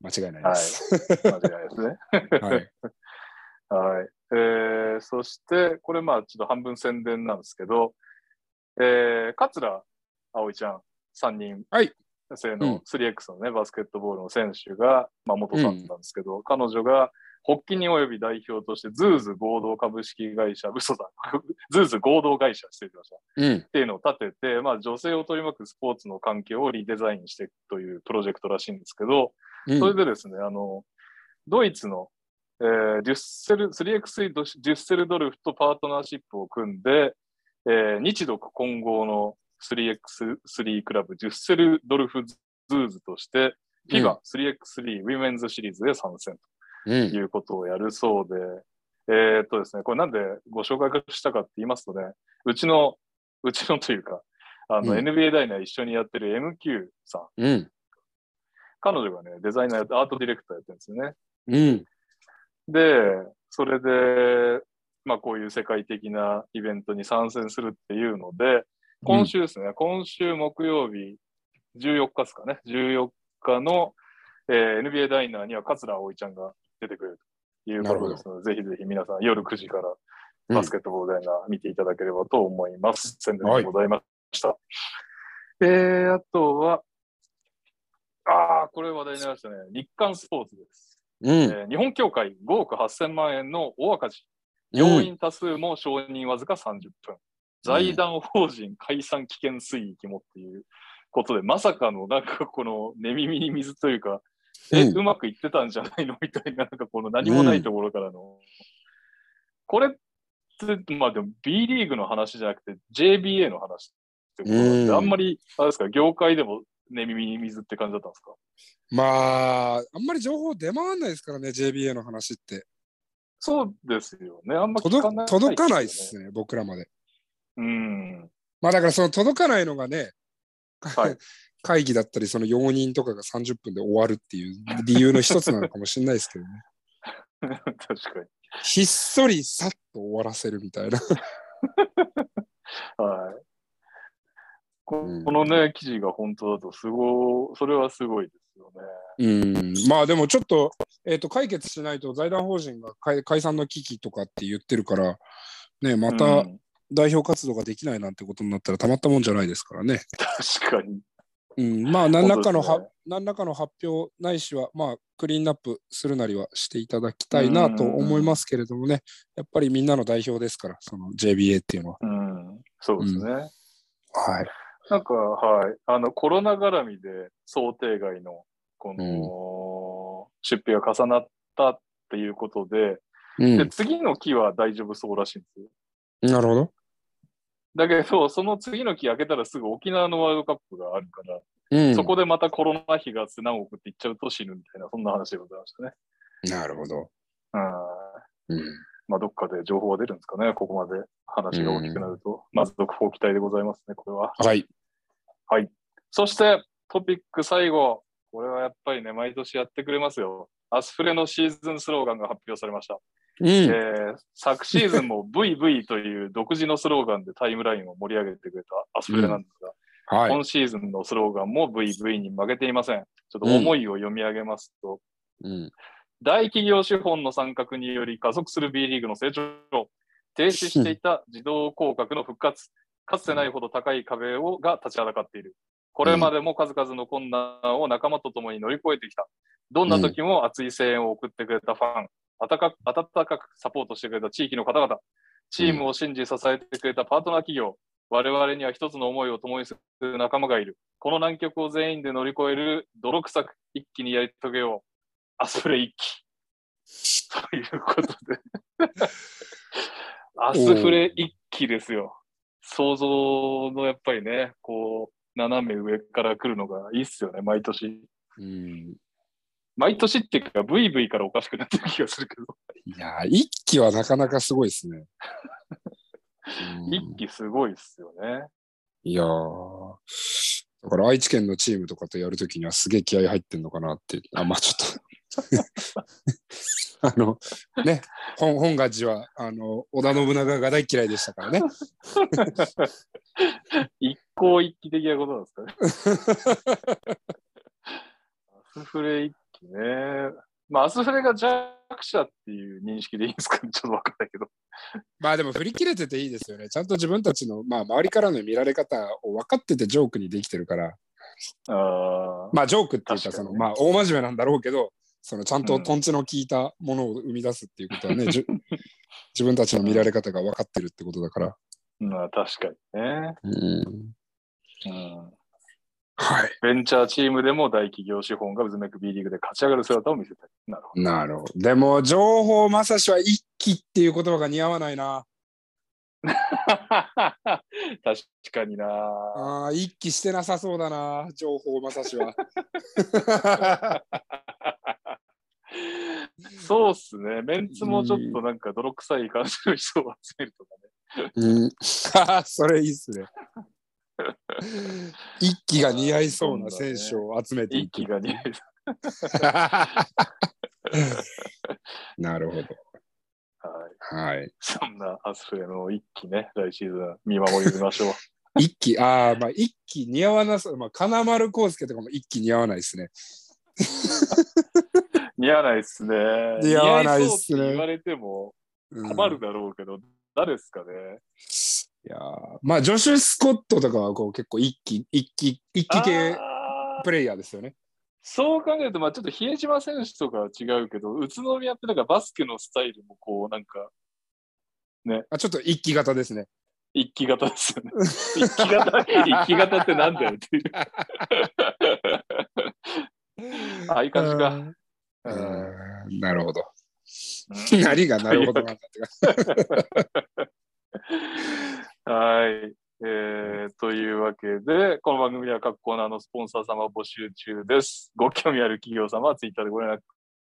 S2: 間違いない
S1: は
S2: で
S1: い。
S2: す。
S1: 間違いないですね。
S2: はい。
S1: はい。えー、そして、これまあちょっと半分宣伝なんですけど、えー、桂葵ちゃん3人
S2: はい
S1: 生
S2: う
S1: の
S2: ん
S1: 3X のね、バスケットボールの選手が、まあ元さんなんですけど、彼女が発起人及び代表として、ズーズ合同株式会社、嘘だ、 *laughs* ズーズ合同会社、失礼しました。
S2: うん
S1: っ、ていうのを立てて、まあ女性を取り巻くスポーツの環境をリデザインしていくというプロジェクトらしいんですけど、
S2: うん、
S1: それでですね、あの、ドイツの、えーデュッセル、3X3 ドデュッセルドルフとパートナーシップを組んで、えー日独混合の 3X3 クラブ、デュッセルドルフズーズとして、フィ
S2: うん
S1: バ 3X3 ウィメンズシリーズで参戦
S2: う
S1: と
S2: ん、
S1: いうことをやるそうで、えーっとですね、これなんでご紹介したかって言いますとね、うちの、うちのというか、あの、
S2: うん
S1: NBA ダイナー一緒にやってる MQ さん、
S2: うん、
S1: 彼女がね、デザイナーやって、アートディレクターやってるんですよね。
S2: うん、
S1: で、それで、まあこういう世界的なイベントに参戦するっていうので、今週ですね、今週木曜日、14日ですかね、14日の、えー NBA ダイナーには桂葵ちゃんが出てくれるということですので、ぜひぜひ皆さん夜9時から
S2: うん
S1: バスケットボールダイナー見ていただければと思います。宣伝でございました。えー、あとは、ああ、これ話題になりましたね。日刊スポーツです。
S2: うん、
S1: えー日本協会5億8000万円の大赤字、
S2: う
S1: 要
S2: ん、
S1: 員多数も承認わずか30分、財団法人解散危険水域もっていうことで、まさかのなんかこの寝耳に水というか、え、
S2: うん
S1: うまくいってたんじゃないのみたいな、なんかこの何もないところからの。これって、まあでも B リーグの話じゃなくて JBA の話ってことなんで、
S2: うん
S1: あんまり、あれですか、業界でも寝耳に水って感じだったんですか
S2: まあ、あんまり情報出回んないですからね、JBA の話って。
S1: そうですよね。あんま聞
S2: 届
S1: かない、
S2: 届かないっすね、僕らまで。
S1: うん。
S2: まあだからその届かないのがね、 *laughs*
S1: はい
S2: 会議だったり、その容認とかが30分で終わるっていう理由の一つなのかもしれないですけどね。
S1: 確かに。
S2: ひっそりさっと終わらせるみたいな。
S1: はい。こ
S2: うん
S1: このね、記事が本当だと、すごい、それはすごいですよね。
S2: うん、まあでもちょっと、えっ、と、解決しないと財団法人が解解散の危機とかって言ってるから、ね、ま
S1: う
S2: た
S1: ん
S2: 代表活動ができないなんてことになったらたまったもんじゃないですからね。
S1: 確かに。
S2: うん、まあ何らかの
S1: そう
S2: は、
S1: ですね
S2: 何らかの発表ないしは、まあクリーンアップするなりはしていただきたいなと思いますけれどもね、やっぱりみんなの代表ですから、その JBA っていうのは。
S1: うん。そうですね。
S2: はい。
S1: なんか、はい。あの、コロナ絡みで想定外の、この、出費が重なったっていうことで、
S2: う
S1: で、次の期は大丈夫そうらしいんですよ。
S2: ん、なるほど。
S1: だけど、その次の期開けたらすぐ沖縄のワールドカップがあるから、
S2: うん、
S1: そこでまたコロナ費が何億っていっちゃうと死ぬみたいな、そんな話でございましたね。
S2: なるほど。
S1: うん。
S2: うん
S1: まあ、どっかで情報は出るんですかね、ここまで話が大きくなると。まず、続報期待でございますね、これは。
S2: はい。
S1: そして、トピック最後。これはやっぱりね、毎年やってくれますよ。アスフレのシーズンスローガンが発表されました。
S2: うん
S1: えー昨シーズンも VV という独自のスローガンでタイムラインを盛り上げてくれたアスフレなんですが、
S2: はい。
S1: 今シーズンのスローガンも VV に負けていません。ちょっと思いを読み上げますと、
S2: うん
S1: 大企業資本の参画により加速する B リーグの成長、停止していた児童降格の復活、かつてないほど高い壁をが立ちはだかっている。これまでも数々の困難を仲間と共に乗り越えてきた。どんな時も熱い声援を送ってくれたファン、温かく温かくサポートしてくれた地域の方々、チームを信じ支えてくれたパートナー企業、我々には一つの思いを共にする仲間がいる。この難局を全員で乗り越える泥臭く一気にやり遂げよう。アスフレ一期。 *laughs* ということで。
S2: *laughs*
S1: アスフレ一期ですよ。想像のやっぱりね、こう、斜め上から来るのがいいっすよね、毎年。
S2: うん
S1: 毎年っていうか、ブイブイからおかしくなってる気がするけど、
S2: いやー、一期はなかなかすごいですね。うん
S1: 一期すごいっすよね。
S2: いやーだから愛知県のチームとかとやるときにはすげえ気合い入ってんのかなって、あ、まあちょっと。あの、ね、本本願寺は、あの、織田信長が大嫌いでしたからね。
S1: 一向一揆的なことなんですかね。
S2: *laughs*
S1: アスフレ一揆ね。まあ、アスフレが弱者っていう認識でいいんですかねちょっと分かんないけど。
S2: まあでも振り切れてていいですよね。ちゃんと自分たちの、まあ周りからの見られ方を分かっててジョークにできてるから、
S1: あー
S2: まあジョークっていうか、
S1: 確
S2: そ
S1: かに
S2: の、まあ大真面目なんだろうけど、そのちゃん
S1: う
S2: と
S1: ん
S2: トンチの効いたものを生み出すっていうことはね、 *laughs* じゅ自分たちの見られ方が分かってるってことだから。
S1: まあ、確かにね、
S2: うん。
S1: うん。
S2: はい。
S1: ベンチャーチームでも大企業資本がうずめく B リーグで勝ち上がる姿を見せたい。なるほ
S2: *laughs* なるほど。でも、情報まさしは一気っていう言葉が似合わないな。
S1: ど。確か
S2: *laughs*
S1: にな。
S2: ああ、一気してなさそうだな、情報まさしは。
S1: そうっすね。メンツもちょっとなんか泥臭い感じの人を集めるとかね。
S2: うん、 *laughs* それいいっすね。一気が似合いそうな選手を集めてい
S1: 一
S2: く
S1: 気。が似合い
S2: *laughs* なるほど。
S1: はい。
S2: はい。
S1: そんなアスフレの一気ね、来シーズン見守りましょう。 *laughs*
S2: 一気、ああ、まあ、一気似合わなそう。まあ、金丸康介とかも一気似合わないですね。
S1: 似合わないっすね。
S2: 似合わないっすね
S1: 似合いそうって言われても
S2: うん
S1: 困るだろうけど、誰ですかね。
S2: いやーまあ、ジョシュ・スコットとかはこう結構一気、一気、一気系
S1: あー
S2: プレイヤーですよね。
S1: そう考えると、まあ、ちょっと比江島選手とかは違うけど、宇都宮ってなんかバスケのスタイルもこう、なんか
S2: あちょっと一気型ですね。
S1: 一気型ですよね。一気型、一気型ってなんだよっていう。ああいう感じか
S2: うん
S1: う
S2: うーんなるほど。 *laughs*
S1: ん
S2: 何がなるほどなんだってか。
S1: はい、えーというわけで、この番組では各コーナーのスポンサー様を募集中です。ご興味ある企業様はツイッターでご連絡く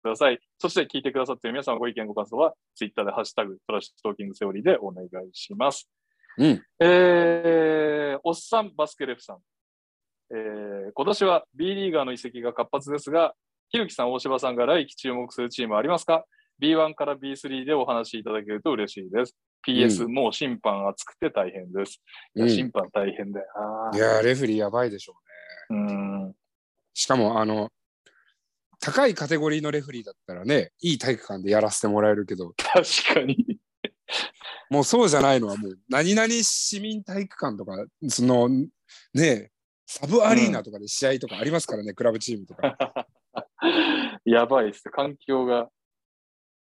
S1: ださい。そして聞いてくださっている皆さんご意見ご感想はツイッターでハッシュタグトラッシュトーキングセオリーでお願いします。
S2: うん
S1: えーおっさんバスケレフさん、えー今年は B リーガーの移籍が活発ですが、ひるきさん、大柴さんが来季注目するチームありますか ?B1 から B3 でお話しいただけると嬉しいです。PS、
S2: う
S1: もう審判熱くて大変です。い
S2: うん
S1: や
S2: い
S1: 審判大変だよな。
S2: やー、レフェリーやばいでしょうね。
S1: うん。
S2: しかも、あの、高いカテゴリーのレフェリーだったらね、いい体育館でやらせてもらえるけど、
S1: 確かに。 *laughs*
S2: もうそうじゃないのは、もう、何々市民体育館とか、その、ね、サブアリーナとかで試合とかありますからね、クラブチームとか。
S1: やばいっす。環境が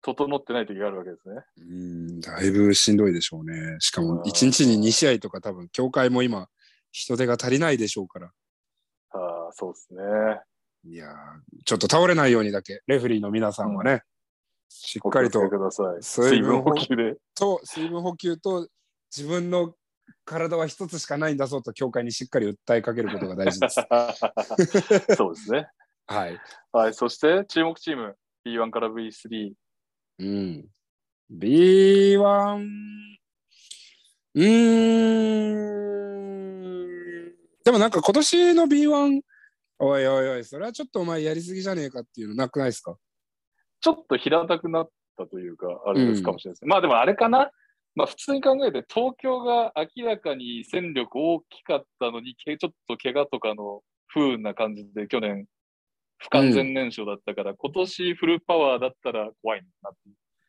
S1: 整ってない時があるわけですね。
S2: うん、だいぶしんどいでしょうね。しかも
S1: あ、ー
S2: 1日に2試合とか、多分、協会も今、人手が足りないでしょうから。
S1: ああ、そうですね。
S2: いやーちょっと倒れないようにだけ、レフェリーの皆さんはね、しっ
S1: お
S2: か
S1: 気を
S2: り
S1: つけ
S2: と
S1: ください。水
S2: 水
S1: 分
S2: 分
S1: 補
S2: 補
S1: 給で。
S2: と水分補給と自分の体は一つしかないんだぞと教会にしっかり訴えかけることが大 *laughs* 事です。 *laughs*
S1: そうですね。
S2: はい。
S1: はい。そして、注目チーム、B1 から V3。
S2: うん。B1、うーん。でもなんか今年の B1、おいおいおい、それはちょっとお前やりすぎじゃねえかっていうのなくないですか
S1: ちょっと平たくなったというか、あれですかもしれないですね。まあでもあれかな。まあ普通に考えて、東京が明らかに戦力大きかったのに、けちょっと怪我とかの不運な感じで、去年、不完全燃焼だったから、今年フルパワーだったら怖いなって。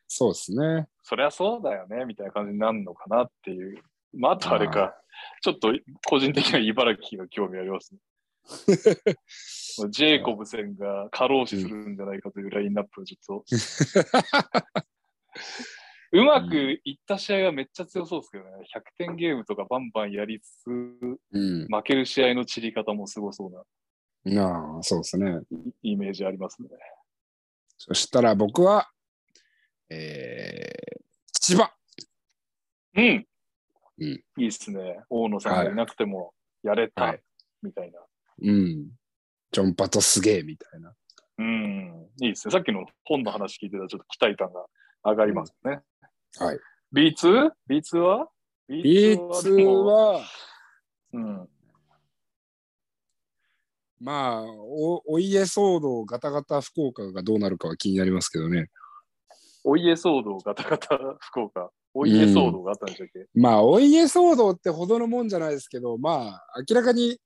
S2: そうですね。
S1: そりゃそうだよね、みたいな感じになるのかなっていう。まああとあれ
S2: あ
S1: か、ちょっと個人的には茨城が興味あり
S2: *laughs*
S1: ますね。ジェイコブセンが過労死するんじゃないかというラインナップをち
S2: *laughs*
S1: ょっとうまくいった試合はめっちゃ強そうですけどね、100点ゲームとかバンバンやりつつ、負
S2: うん。
S1: ける試合の散り方もすごそうな
S2: なあ、そうですね。
S1: イメージありますね。
S2: そしたら僕は、えー、千葉。
S1: うん、
S2: うん
S1: いいっすね。大野さんがいなくてもやれた、
S2: はい
S1: みたいな。
S2: うん。ジョンパトすげえみたいな。
S1: うん、いいっすね。さっきの本の話聞いてたらちょっと期待感が上がりますね。
S2: はい。
S1: B2?B2 は
S2: B2 は、
S1: うん、
S2: まあ、おお家騒動、ガタガタ福岡がどうなるかは気になりますけどね。
S1: お家騒動、ガタガタ、福岡。お家騒動があったんでしたっけ、
S2: まあ、お家騒動ってほどのもんじゃないですけど、まあ、明らかに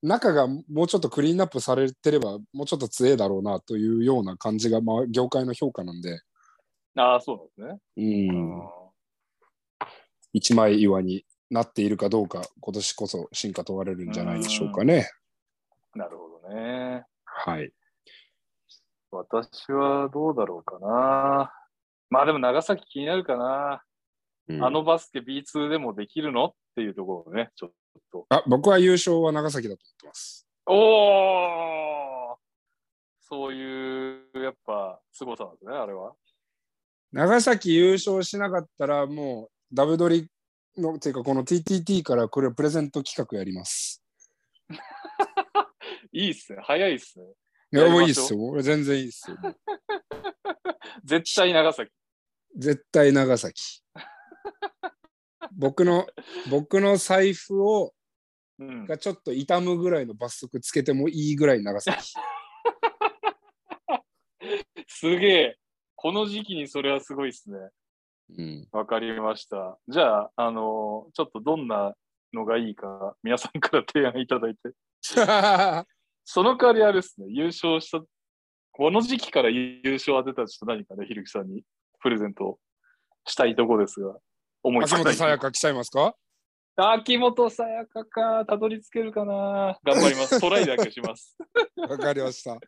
S2: 中がもうちょっとクリーンアップされてれば、もうちょっと強えだろうなというような感じが、まあ、業界の評価なんで、
S1: ああ、そうなんですね。
S2: うん、一枚岩になっているかどうか、今年こそ進化問われるんじゃないでしょうかね。
S1: なるほどね。
S2: はい。
S1: 私はどうだろうかな。まあでも長崎気になるかな。
S2: うん
S1: あのバスケ B2 でもできるのっていうところね、ちょっと。
S2: あ僕は優勝は長崎だと思ってます。
S1: おーそういう、やっぱ、凄さなんですね、あれは。
S2: 長崎優勝しなかったら、もうダブドリの、ていうかこの TTT からこれはプレゼント企画やります。
S1: いいっすね、早いっすね。
S2: いや、もういいっすよ。俺全然いいっすよ。
S1: 絶対長崎。
S2: 絶対長崎。僕の、僕の財布を、
S1: うん、
S2: がちょっと痛むぐらいの罰則つけてもいいぐらい長崎。
S1: すげえ。この時期にそれはすごいっすね。
S2: *laughs* うん、
S1: わかりました。じゃあ、あのちょっとどんなのがいいか、皆さんから提案いただいて。その代わりあれですね、優勝した、この時期から優勝当てたらちょっと何かね、ひるきさんにプレゼントしたいとこですが、思いつ
S2: 松
S1: か
S2: 本
S1: な
S2: さや
S1: い。
S2: か来ちゃいますか
S1: 秋元さやかか、たどり着けるかな。頑張ります。トライだけします。
S2: わかりました。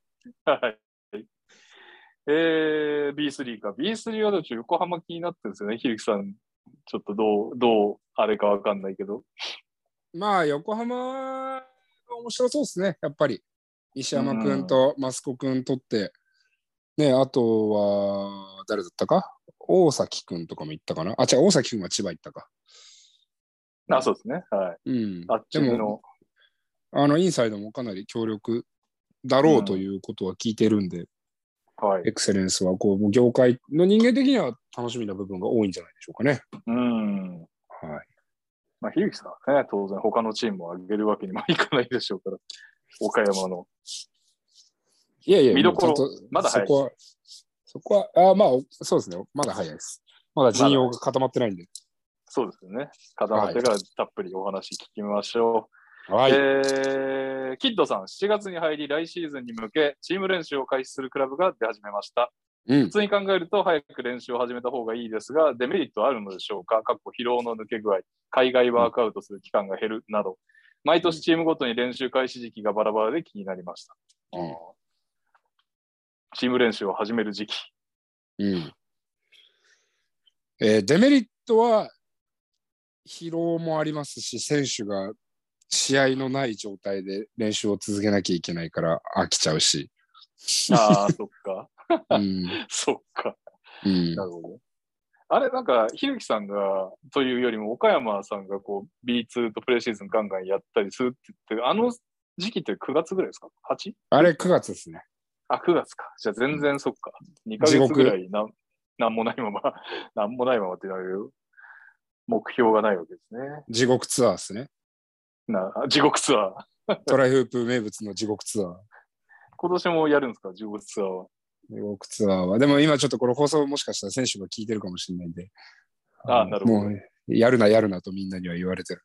S1: *laughs* はい。えー、B3 か。B3 はどっち横浜気になってるんですよね、ひるきさん。ちょっとどう、どう、あれかわかんないけど。
S2: まあ、横浜、面白そうですね、やっぱり。石山くんと益子くん取って、ね、あとは、誰だったか大崎くんとかも行ったかなあ、違う、大崎くんは千葉行ったか。
S1: あ、そうですね。はい。
S2: うん。
S1: あっち
S2: で
S1: の
S2: も。あの、インサイドもかなり強力だろうということは聞いてるんで、
S1: はい。
S2: エクセレンスは、こう、もう業界の人間的には楽しみな部分が多いんじゃないでしょうかね。
S1: うん。
S2: はい。
S1: まあ、ひるきさんはね、当然他のチームを上げるわけにもいかないでしょうから、岡山の。
S2: いやいや、
S1: 見どころ
S2: もうちゃんと
S1: まだ早い
S2: そこは、そこは、あまあ、そうですね、まだ早いです。まだ陣容が固まってないんで。
S1: そうですよね。固まってからたっぷりお話聞きましょう。
S2: はい。
S1: えーキッドさん、7月に入り、来シーズンに向け、チーム練習を開始するクラブが出始めました。
S2: うん
S1: 普。通に考えると、早く練習を始めた方がいいですが、デメリットはあるのでしょうか、かっこ疲労の抜け具合、海外ワークアウトする期間が減るなど、毎年チームごとに練習開始時期がバラバラで気になりました。
S2: うん
S1: あーチーム練習を始める時
S2: *laughs*
S1: 期。
S2: うんえーデメリットは疲労もありますし、選手が試合のない状態で練習を続けなきゃいけないから飽きちゃ
S1: *laughs*
S2: うし。
S1: ああ、そっか。
S2: うん
S1: そっか。
S2: うん
S1: なるほど。あれ、なんか、ひるきさんが、というよりも、岡山さんがこう、B2 とプレシーズンガンガンやったりするって言って、あの時期って9月ぐらいですか ?8?
S2: あれ9月ですね。
S1: あ、9月か。じゃあ全然そっか。2ヶ月ぐらいなん、なんもないまま、 *laughs* なんもないままってなる目標がないわけですね。
S2: 地獄ツアーですね。
S1: な、地獄ツアー。
S2: トライフープ名物の地獄ツアー。
S1: 今年もやるんですか地獄ツアーは。
S2: 地獄ツアーは。でも今ちょっとこの放送もしかしたら選手が聞いてるかもしれないんで。
S1: あー
S2: の
S1: なるほど
S2: もうやるなやるなとみんなには言われてる。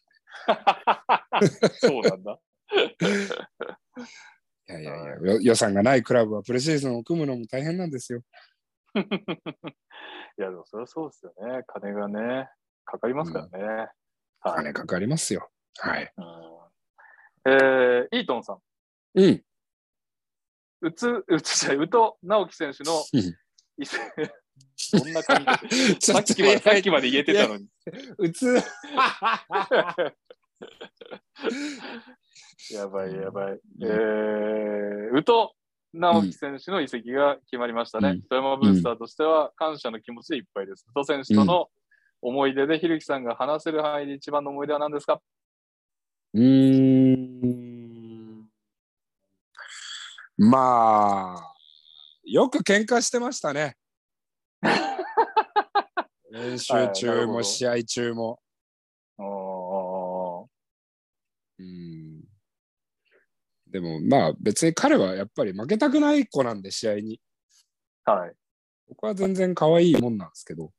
S1: そうなんだ。
S2: いやいやいや、よ予算がないクラブはプレシーズンを組むのも大変なんですよ。
S1: いや、でもそれはそうですよね。金がね、かかりますからね。
S2: お
S1: はい
S2: 金かかりますよ。はい。
S1: うんえーイートンさん、
S2: うん。
S1: うつ、うつじゃない、宇都直樹選手の
S2: うん
S1: 移籍、そんな感じで
S2: *laughs* ちょ
S1: さ
S2: っ
S1: っ
S2: と
S1: きまで、さっきまで言えてたのに。
S2: うつ。
S1: やばい、やばい。えー、宇都直樹選手の移籍が決まりましたね。
S2: うん
S1: 富山ブースターとしては感謝の気持ちでいっぱいです。宇都選手との思い出で、ひるきさんが話せる範囲で一番の思い出は何ですか
S2: うーん。まあ、よく喧嘩してましたね。練習
S1: はいな
S2: 中
S1: るほど
S2: も試合中も。
S1: あー
S2: うん。でもまあ別に彼はやっぱり負けたくない子なんで試合に。
S1: はい。
S2: 僕は全然可愛いもんなんですけど。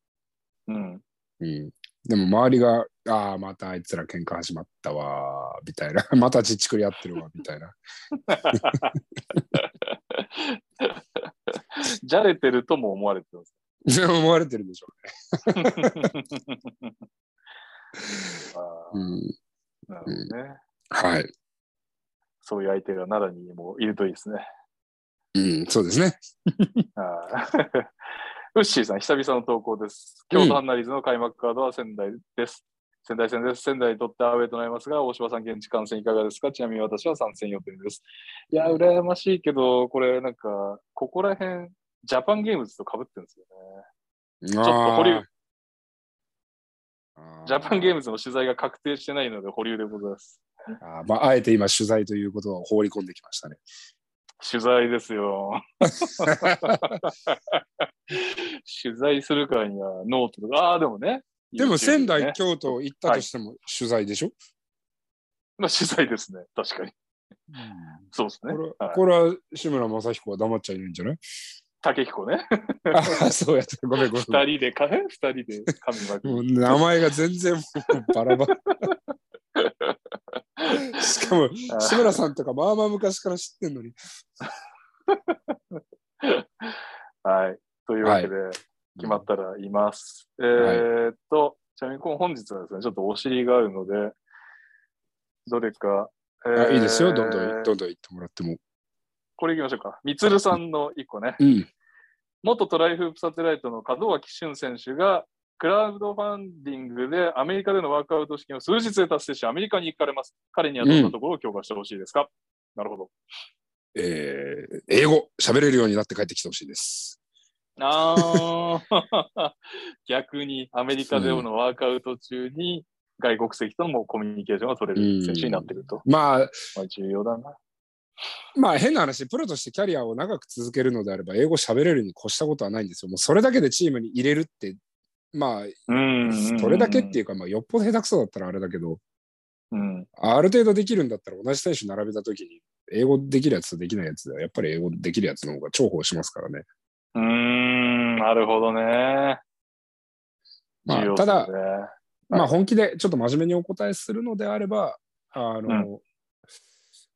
S1: うん。
S2: うん。でも周りが、ああ、またあいつら喧嘩始まったわー、みたいな。 *laughs* またちっちくり合ってるわ、みたいな。 *laughs*
S1: じゃれてるとも思われてます。
S2: そう思われてるでしょ
S1: あ
S2: う、ね。うん。
S1: ーなるほどね。
S2: はい。
S1: そういう相手が奈良にもいるといいですね。
S2: うん、そうですね。
S1: あー *laughs* ウッシーさん、久々の投稿です。京都ハンナリーズの開幕カードは仙台です。仙台戦です。仙台にとってアウェイとなりますが、大島さん、現地観戦いかがですかちなみに私は参戦予定です。いや、羨ましいけど、これなんか、ここら辺、ジャパンゲームズと被ってるんですよね。
S2: ちょ
S1: っと保留。ジャパンゲー
S2: ム。
S1: ムズの取材が確定してないので保留でございます。
S2: あーまあ、あえて今取材ということを放り込んできましたね。
S1: 取材です
S2: *laughs*
S1: よ。取材するからにはノートとか、ああ、でもね。
S2: でも
S1: YouTube
S2: 仙台、
S1: ね
S2: 京都行ったとしても取材でしょ、
S1: まあ、取材ですね。確かに。そうですね
S2: こ。れ
S1: はい
S2: これは志村正彦は黙っちゃいないん
S1: *laughs*
S2: じゃない
S1: 竹彦ね。
S2: あーそうやった。ごめんごめん
S1: 二。人でか、 *laughs* 二人で髪巻
S2: も
S1: く。
S2: う名前が全然もうバ
S1: *laughs*
S2: ラバラ。しかも、志村さんとかまあまあ昔から知ってんのに。
S1: はい。というわけで、決まったら言います。えーっと、ちなみにこの本日はですね、ちょっとお尻があるので、どれか。え
S2: あ
S1: ー
S2: いいですよ、どんどん、どんどん行ってもらっても。
S1: これいきましょうか。みつるさんの一個ね。
S2: うん。
S1: 元トライフープサテライトの門脇俊選手が、クラウドファンディングでアメリカでのワークアウト資金を数日で達成し、アメリカに行かれます。彼にはどんなところを強化してほしいですか、なるほど。
S2: えー英語、喋れるようになって帰ってきてほしいです。
S1: ああ、 *laughs* 逆にアメリカでのワークアウト中に外国籍とのもコミュニケーションが取れる選手になってると。
S2: まあ、
S1: まあ、重要だな。
S2: まあ変な話、プロとしてキャリアを長く続けるのであれば、英語喋れるに越したことはないんですよ。もうそれだけでチームに入れるって、まあ、
S1: うん
S2: それだけっていうか、まあ、よっぽど下手くそだったらあれだけど、
S1: うん。
S2: ある程度できるんだったら同じ選手並べたときに、英語できるやつとできないやつでは、やっぱり英語できるやつの方が重宝しますからね。
S1: うーん、なるほどね。
S2: まあ
S1: 重要
S2: ただ
S1: ですね
S2: まあ本気でちょっと真面目にお答えするのであれば、あの、
S1: う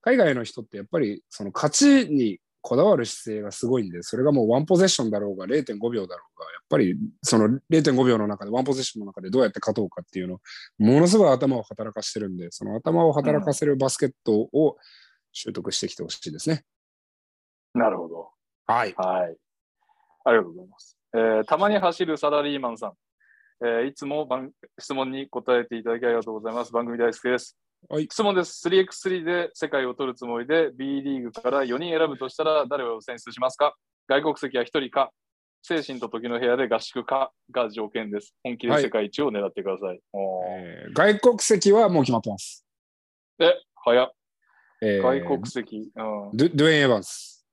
S2: 海外の人ってやっぱりその勝ちにこだわる姿勢がすごいんで、それがもうワンポゼッションだろうが0.5秒だろうが、やっぱりその0.5秒の中で、ワンポゼッションの中でどうやって勝とうかっていうのを、ものすごい頭を働かしてるんで、その頭を働かせるバスケットを習得してきてほしいですね。
S1: なるほど。
S2: はい。
S1: はい。ありがとうございます。えーたまに走るサラリーマンさん。えーいつも番質問に答えていただきありがとうございます。番組大好きです。
S2: はい
S1: 質問です。3x3 で世界を取るつもりで B リーグから4人選ぶとしたら誰を選出しますか外国籍は1人か精神と時の部屋で合宿かが条件です。本気で世界一を狙ってください。おー
S2: えー外国籍はもう決まってます。
S1: 早っ。
S2: えー
S1: 外国籍。う
S2: ドゥドゥエン・エヴァンス。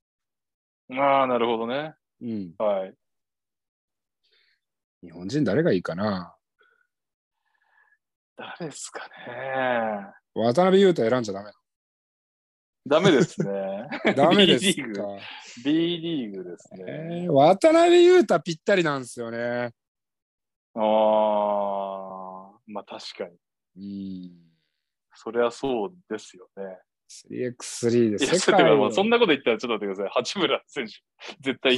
S1: ん、ああ、なるほどね。
S2: うん。
S1: はい。
S2: 日本人誰がいいかな
S1: 誰ですかね。
S2: 渡辺裕太選んじゃダメ
S1: ダメですね。
S2: ダメです
S1: B リー
S2: か。
S1: B リーグですね。
S2: えー渡辺裕太ぴったりなんですよね。
S1: ああ、まあ確かに。
S2: うん。
S1: それはそうですよね。
S2: 3x3
S1: い
S2: で
S1: や、
S2: 世
S1: それ
S2: 界
S1: は
S2: を
S1: まあそんなこと言ったらちょっと待ってください。八村選手、絶対、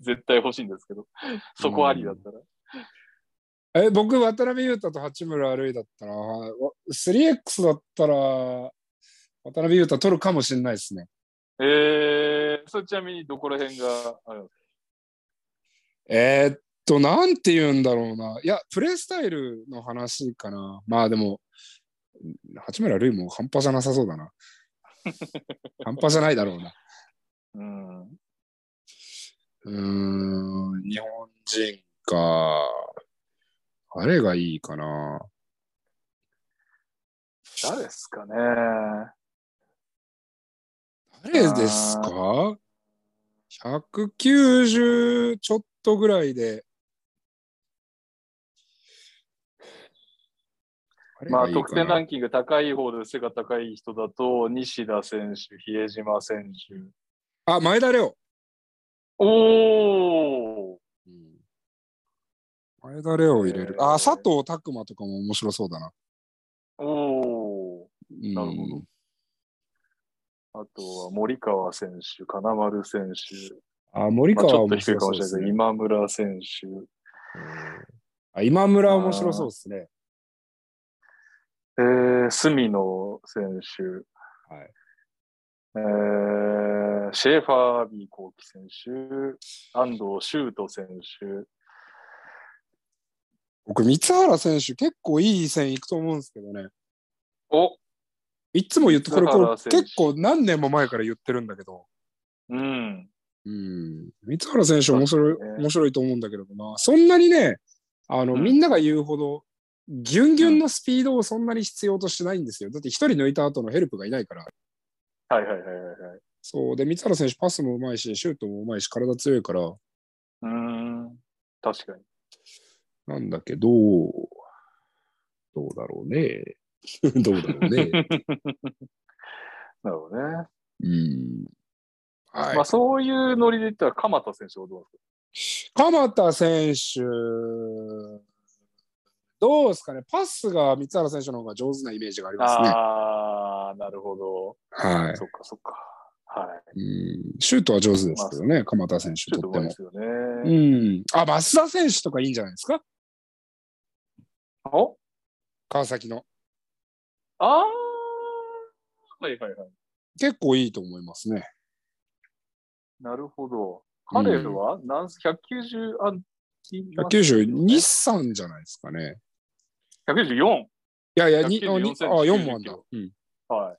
S1: 絶対欲しいんですけど、そこありだったら。
S2: え僕、渡辺裕太と八村歩いだったら、わ 3x だったら、渡辺裕太取るかもしれないですね。
S1: えー、それちなみにどこら辺が、あれ
S2: えーっと、なんて言うんだろうな。いや、プレースタイルの話かな。まあでも、八村塁も半端じゃなさそう
S1: *laughs*
S2: だな。半端じゃないだろうな。
S1: うん。
S2: うーん、日本人か。あれがいいかな。
S1: 誰ですかね。
S2: 誰ですか ?190 ちょっとぐらいで。誰
S1: ま
S2: が
S1: あ、
S2: いいかな
S1: 得点ランキング高い方で背が高い人だと、西田選手、比江島選手。
S2: あ、前田亮。
S1: おー
S3: うん
S2: 前田亮を入れる。
S1: えー
S2: あ、佐藤拓磨とかも面白そうだな。
S1: おー
S2: うん、
S1: なるほどあとは森川選手、金丸選手、
S2: あ、森
S1: まあ、ち
S2: 川
S1: ょ
S2: は
S1: っと
S2: 面
S1: 低い
S2: 白
S1: か
S2: そう
S1: もし
S2: で
S1: れないけ
S2: す
S1: ど、
S2: ね。
S1: 今村選手。
S2: あ今村は面白そうですね。
S1: えー、隅野選手、
S3: はい。
S1: えーシェーファー・ビー・コーキ選手、安藤修斗選手、
S2: 僕、三原選手、結構いい線いくと思うんですけどね。
S1: お
S2: いつも言って、これ、
S1: 三原
S2: これ
S1: 選手
S2: 結構何年も前から言ってるんだけど。
S1: うん。
S2: うん。三原選手面白い、
S1: そうですね
S2: 面白いと思うんだけどな。そんなにね、あの、
S1: うん
S2: みんなが言うほど、ギュンギュンのスピードをそんなに必要としてないんですよ。だって一人抜いた後のヘルプがいないから。
S1: はいはいはいはいはい。
S2: そう。で、三原選手パスもうまいし、シュートもうまいし、体強いから、
S1: うーん。確かに。
S2: なんだけど、どうだろうね。 *laughs* どうだろうね。
S1: なるほどね。
S2: うん。はい
S1: まあ。そういうノリで言ったら、鎌田選手はどうです
S2: 鎌田選手、どうですかね。パスが三原選手の方が上手なイメージがあり
S1: か
S2: ますね。
S1: ああ、なるほど。
S2: はい。
S1: そっかそっか。はい。
S2: うんシュートは上手ですけどね、鎌田選手
S1: ちょっ
S2: と
S1: と
S2: っ
S1: 上手
S2: て
S1: い
S2: も
S1: で。すよね。
S2: うん。あ、増田選手とかいいんじゃないですか
S1: お
S2: 川崎の。
S1: ああはいはいはい。
S2: 結構いいと思いますね。
S1: なるほど。彼は、なん、190あ
S2: 192、3じゃないですかね。
S1: 194。
S2: いやいや、にあ
S1: 194
S2: にあ
S1: センチ
S2: 4もあんだ
S1: 99。
S2: うん。
S1: はい。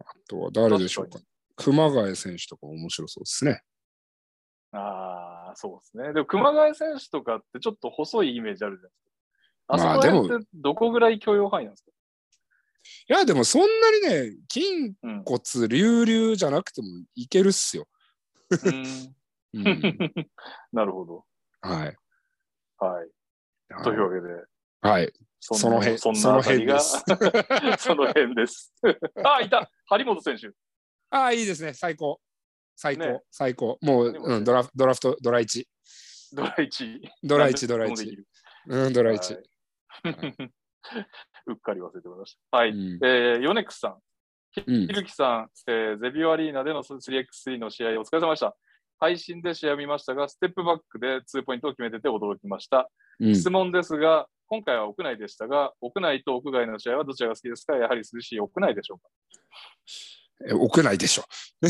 S2: あとは誰でしょうか。熊谷選手とか面白そうですね。
S1: ああ、そうですね。でも熊谷選手とかってちょっと細いイメージあるじゃ
S2: ま
S1: な
S2: あ
S1: いですか。あそこら
S2: で
S1: 辺ってどこぐらい許容範囲なんですか
S2: いや、でもそんなにね、筋 *laughs*
S1: うん。
S2: 骨隆々じゃなくてもいけるっすよ。
S1: うん
S2: うん
S1: *laughs* なるほど。
S2: はい。
S1: はい。というわけで、
S2: はい。そ
S1: ん
S2: の
S1: な
S2: 辺、
S1: そん
S2: そ
S1: な
S2: の
S1: あたり
S2: 辺
S1: が、
S2: で
S1: *laughs* そ
S2: す。
S1: の辺です。あ、いた張本選手。
S2: ああ、いいですね。最高。最高。
S1: ね
S2: 最高。もう、
S1: でもね
S2: うん、ドラフドラフト、ドラ1。
S1: ドラ1。
S2: ドラ1、ドラ
S1: 何でもでき
S2: 1。
S1: る。
S2: うん、ドラ1。
S1: はいうっかり忘れてました。はい。
S2: うん
S1: えー、ヨネックスさん。
S2: う
S1: ひ
S2: ん
S1: るきさん、えーゼビオアリーナでの 3x3 の試合お疲れ様でした。配信で試合を見ましたが、ステップバックで2ポイントを決めてて驚きました。
S2: うん
S1: 質問ですが、今回は屋内でしたが、屋内と屋外の試合はどちらが好きですかやはり涼しい屋内でしょうか
S2: え屋内でしょ。 *laughs*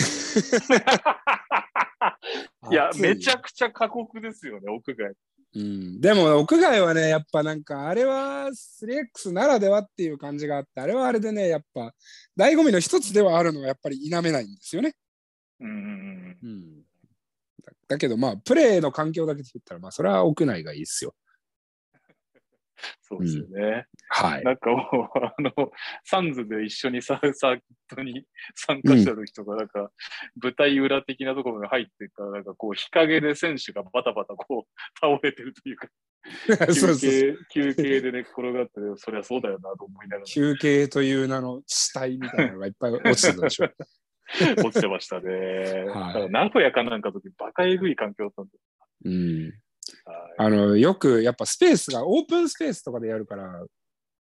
S1: いや、
S2: 暑よ
S1: めちゃくちゃ過酷ですよね、屋外。
S2: うん、でも屋外はね、やっぱなんかあれは 3X ならではっていう感じがあって、あれはあれでね、やっぱ醍醐味の一つではあるのはやっぱり否めないんですよね。
S1: うんうん
S2: うん、だだけどまあ、プレーの環境だけで言ったら、まあそれは屋内がいいですよ。
S1: そうですよね。
S2: はい。
S1: なんかもう、あの、サンズで一緒にササーキットに参加した時とか、なんか、舞台裏的なところに入っていったら、なんかこう、日陰で選手がバタバタこう、倒れてるという
S2: *laughs*
S1: か、
S2: *laughs* そうそう
S1: 休
S2: そう
S1: 憩、休憩で寝っ転がって、そりゃそうだよなと思いなが
S2: 休憩という名の死体みたいなのがいっぱい落ちてたでしょ。
S1: ら落ちてましたね。
S2: はい
S1: だから名古屋かなんかの時、バカエグい環境だったんで。
S2: *laughs* うん
S1: はい
S2: あのよくやっぱスペースがオープンスペースとかでやるから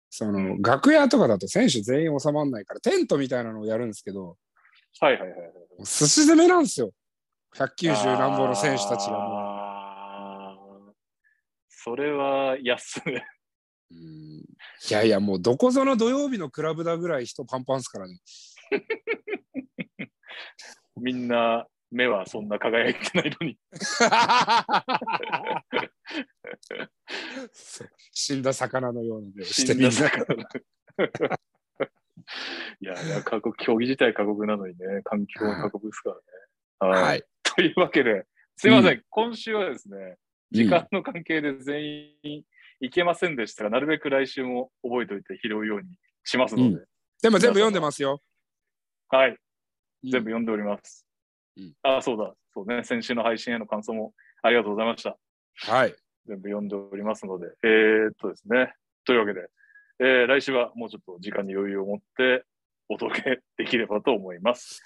S2: その楽屋とかだと選手全員収まらないからテントみたいなのをやるんですけど
S1: はいはいはいはい。
S2: すし攻めなんですよ190何本の選手たちがも
S1: あーそれは安い。
S2: う、うんいやいやもうどこぞの土曜日のクラブだぐらい人パンパンっすからね *laughs*
S1: みんな目はそんな輝いてないのに。
S2: そう死んだ魚のような目をして
S1: 死ん *laughs*
S2: みん
S1: だ
S2: な
S1: 魚いやいや、過酷、競技自体過酷なのにね、環境は過酷ですからね。。
S2: はいい、
S1: という *laughs* わけで、すいません、今週はですね、時
S2: うん
S1: 間の関係で全員行けませんでしたが、なるべく来週も覚えておいて拾うようにしますので、
S2: うんでも全部読んでますよ
S1: はい、全部読んでおります。
S2: うん
S1: あ、そうだ、そうね、先週の配信への感想もありがとうございました。
S2: はい
S1: 全部読んでおりますので、えーっとですね、というわけで、えー来週はもうちょっと時間に余裕を持ってお届けできればと思い
S2: *laughs*
S1: ます。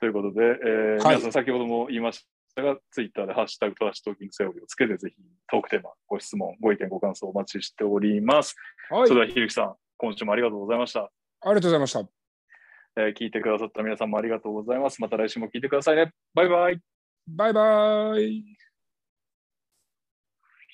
S1: ということで、えー
S2: はい
S1: 皆さん先ほども言いましたが、ツイッターでハッシュタグトラッシュトーキングセオリーをつけて、ぜひトークテーマ、ご質問、ご意見、ご感想お待ちしております。
S2: はい。あ
S1: そ
S2: り
S1: れでは、ひるきさん、今週もありがとうございました、
S2: がとうございました。
S1: えー聞いてくださった皆さんもありがとうございます。また来週も聞いてくださいね。バイバイ。
S2: バイバイ。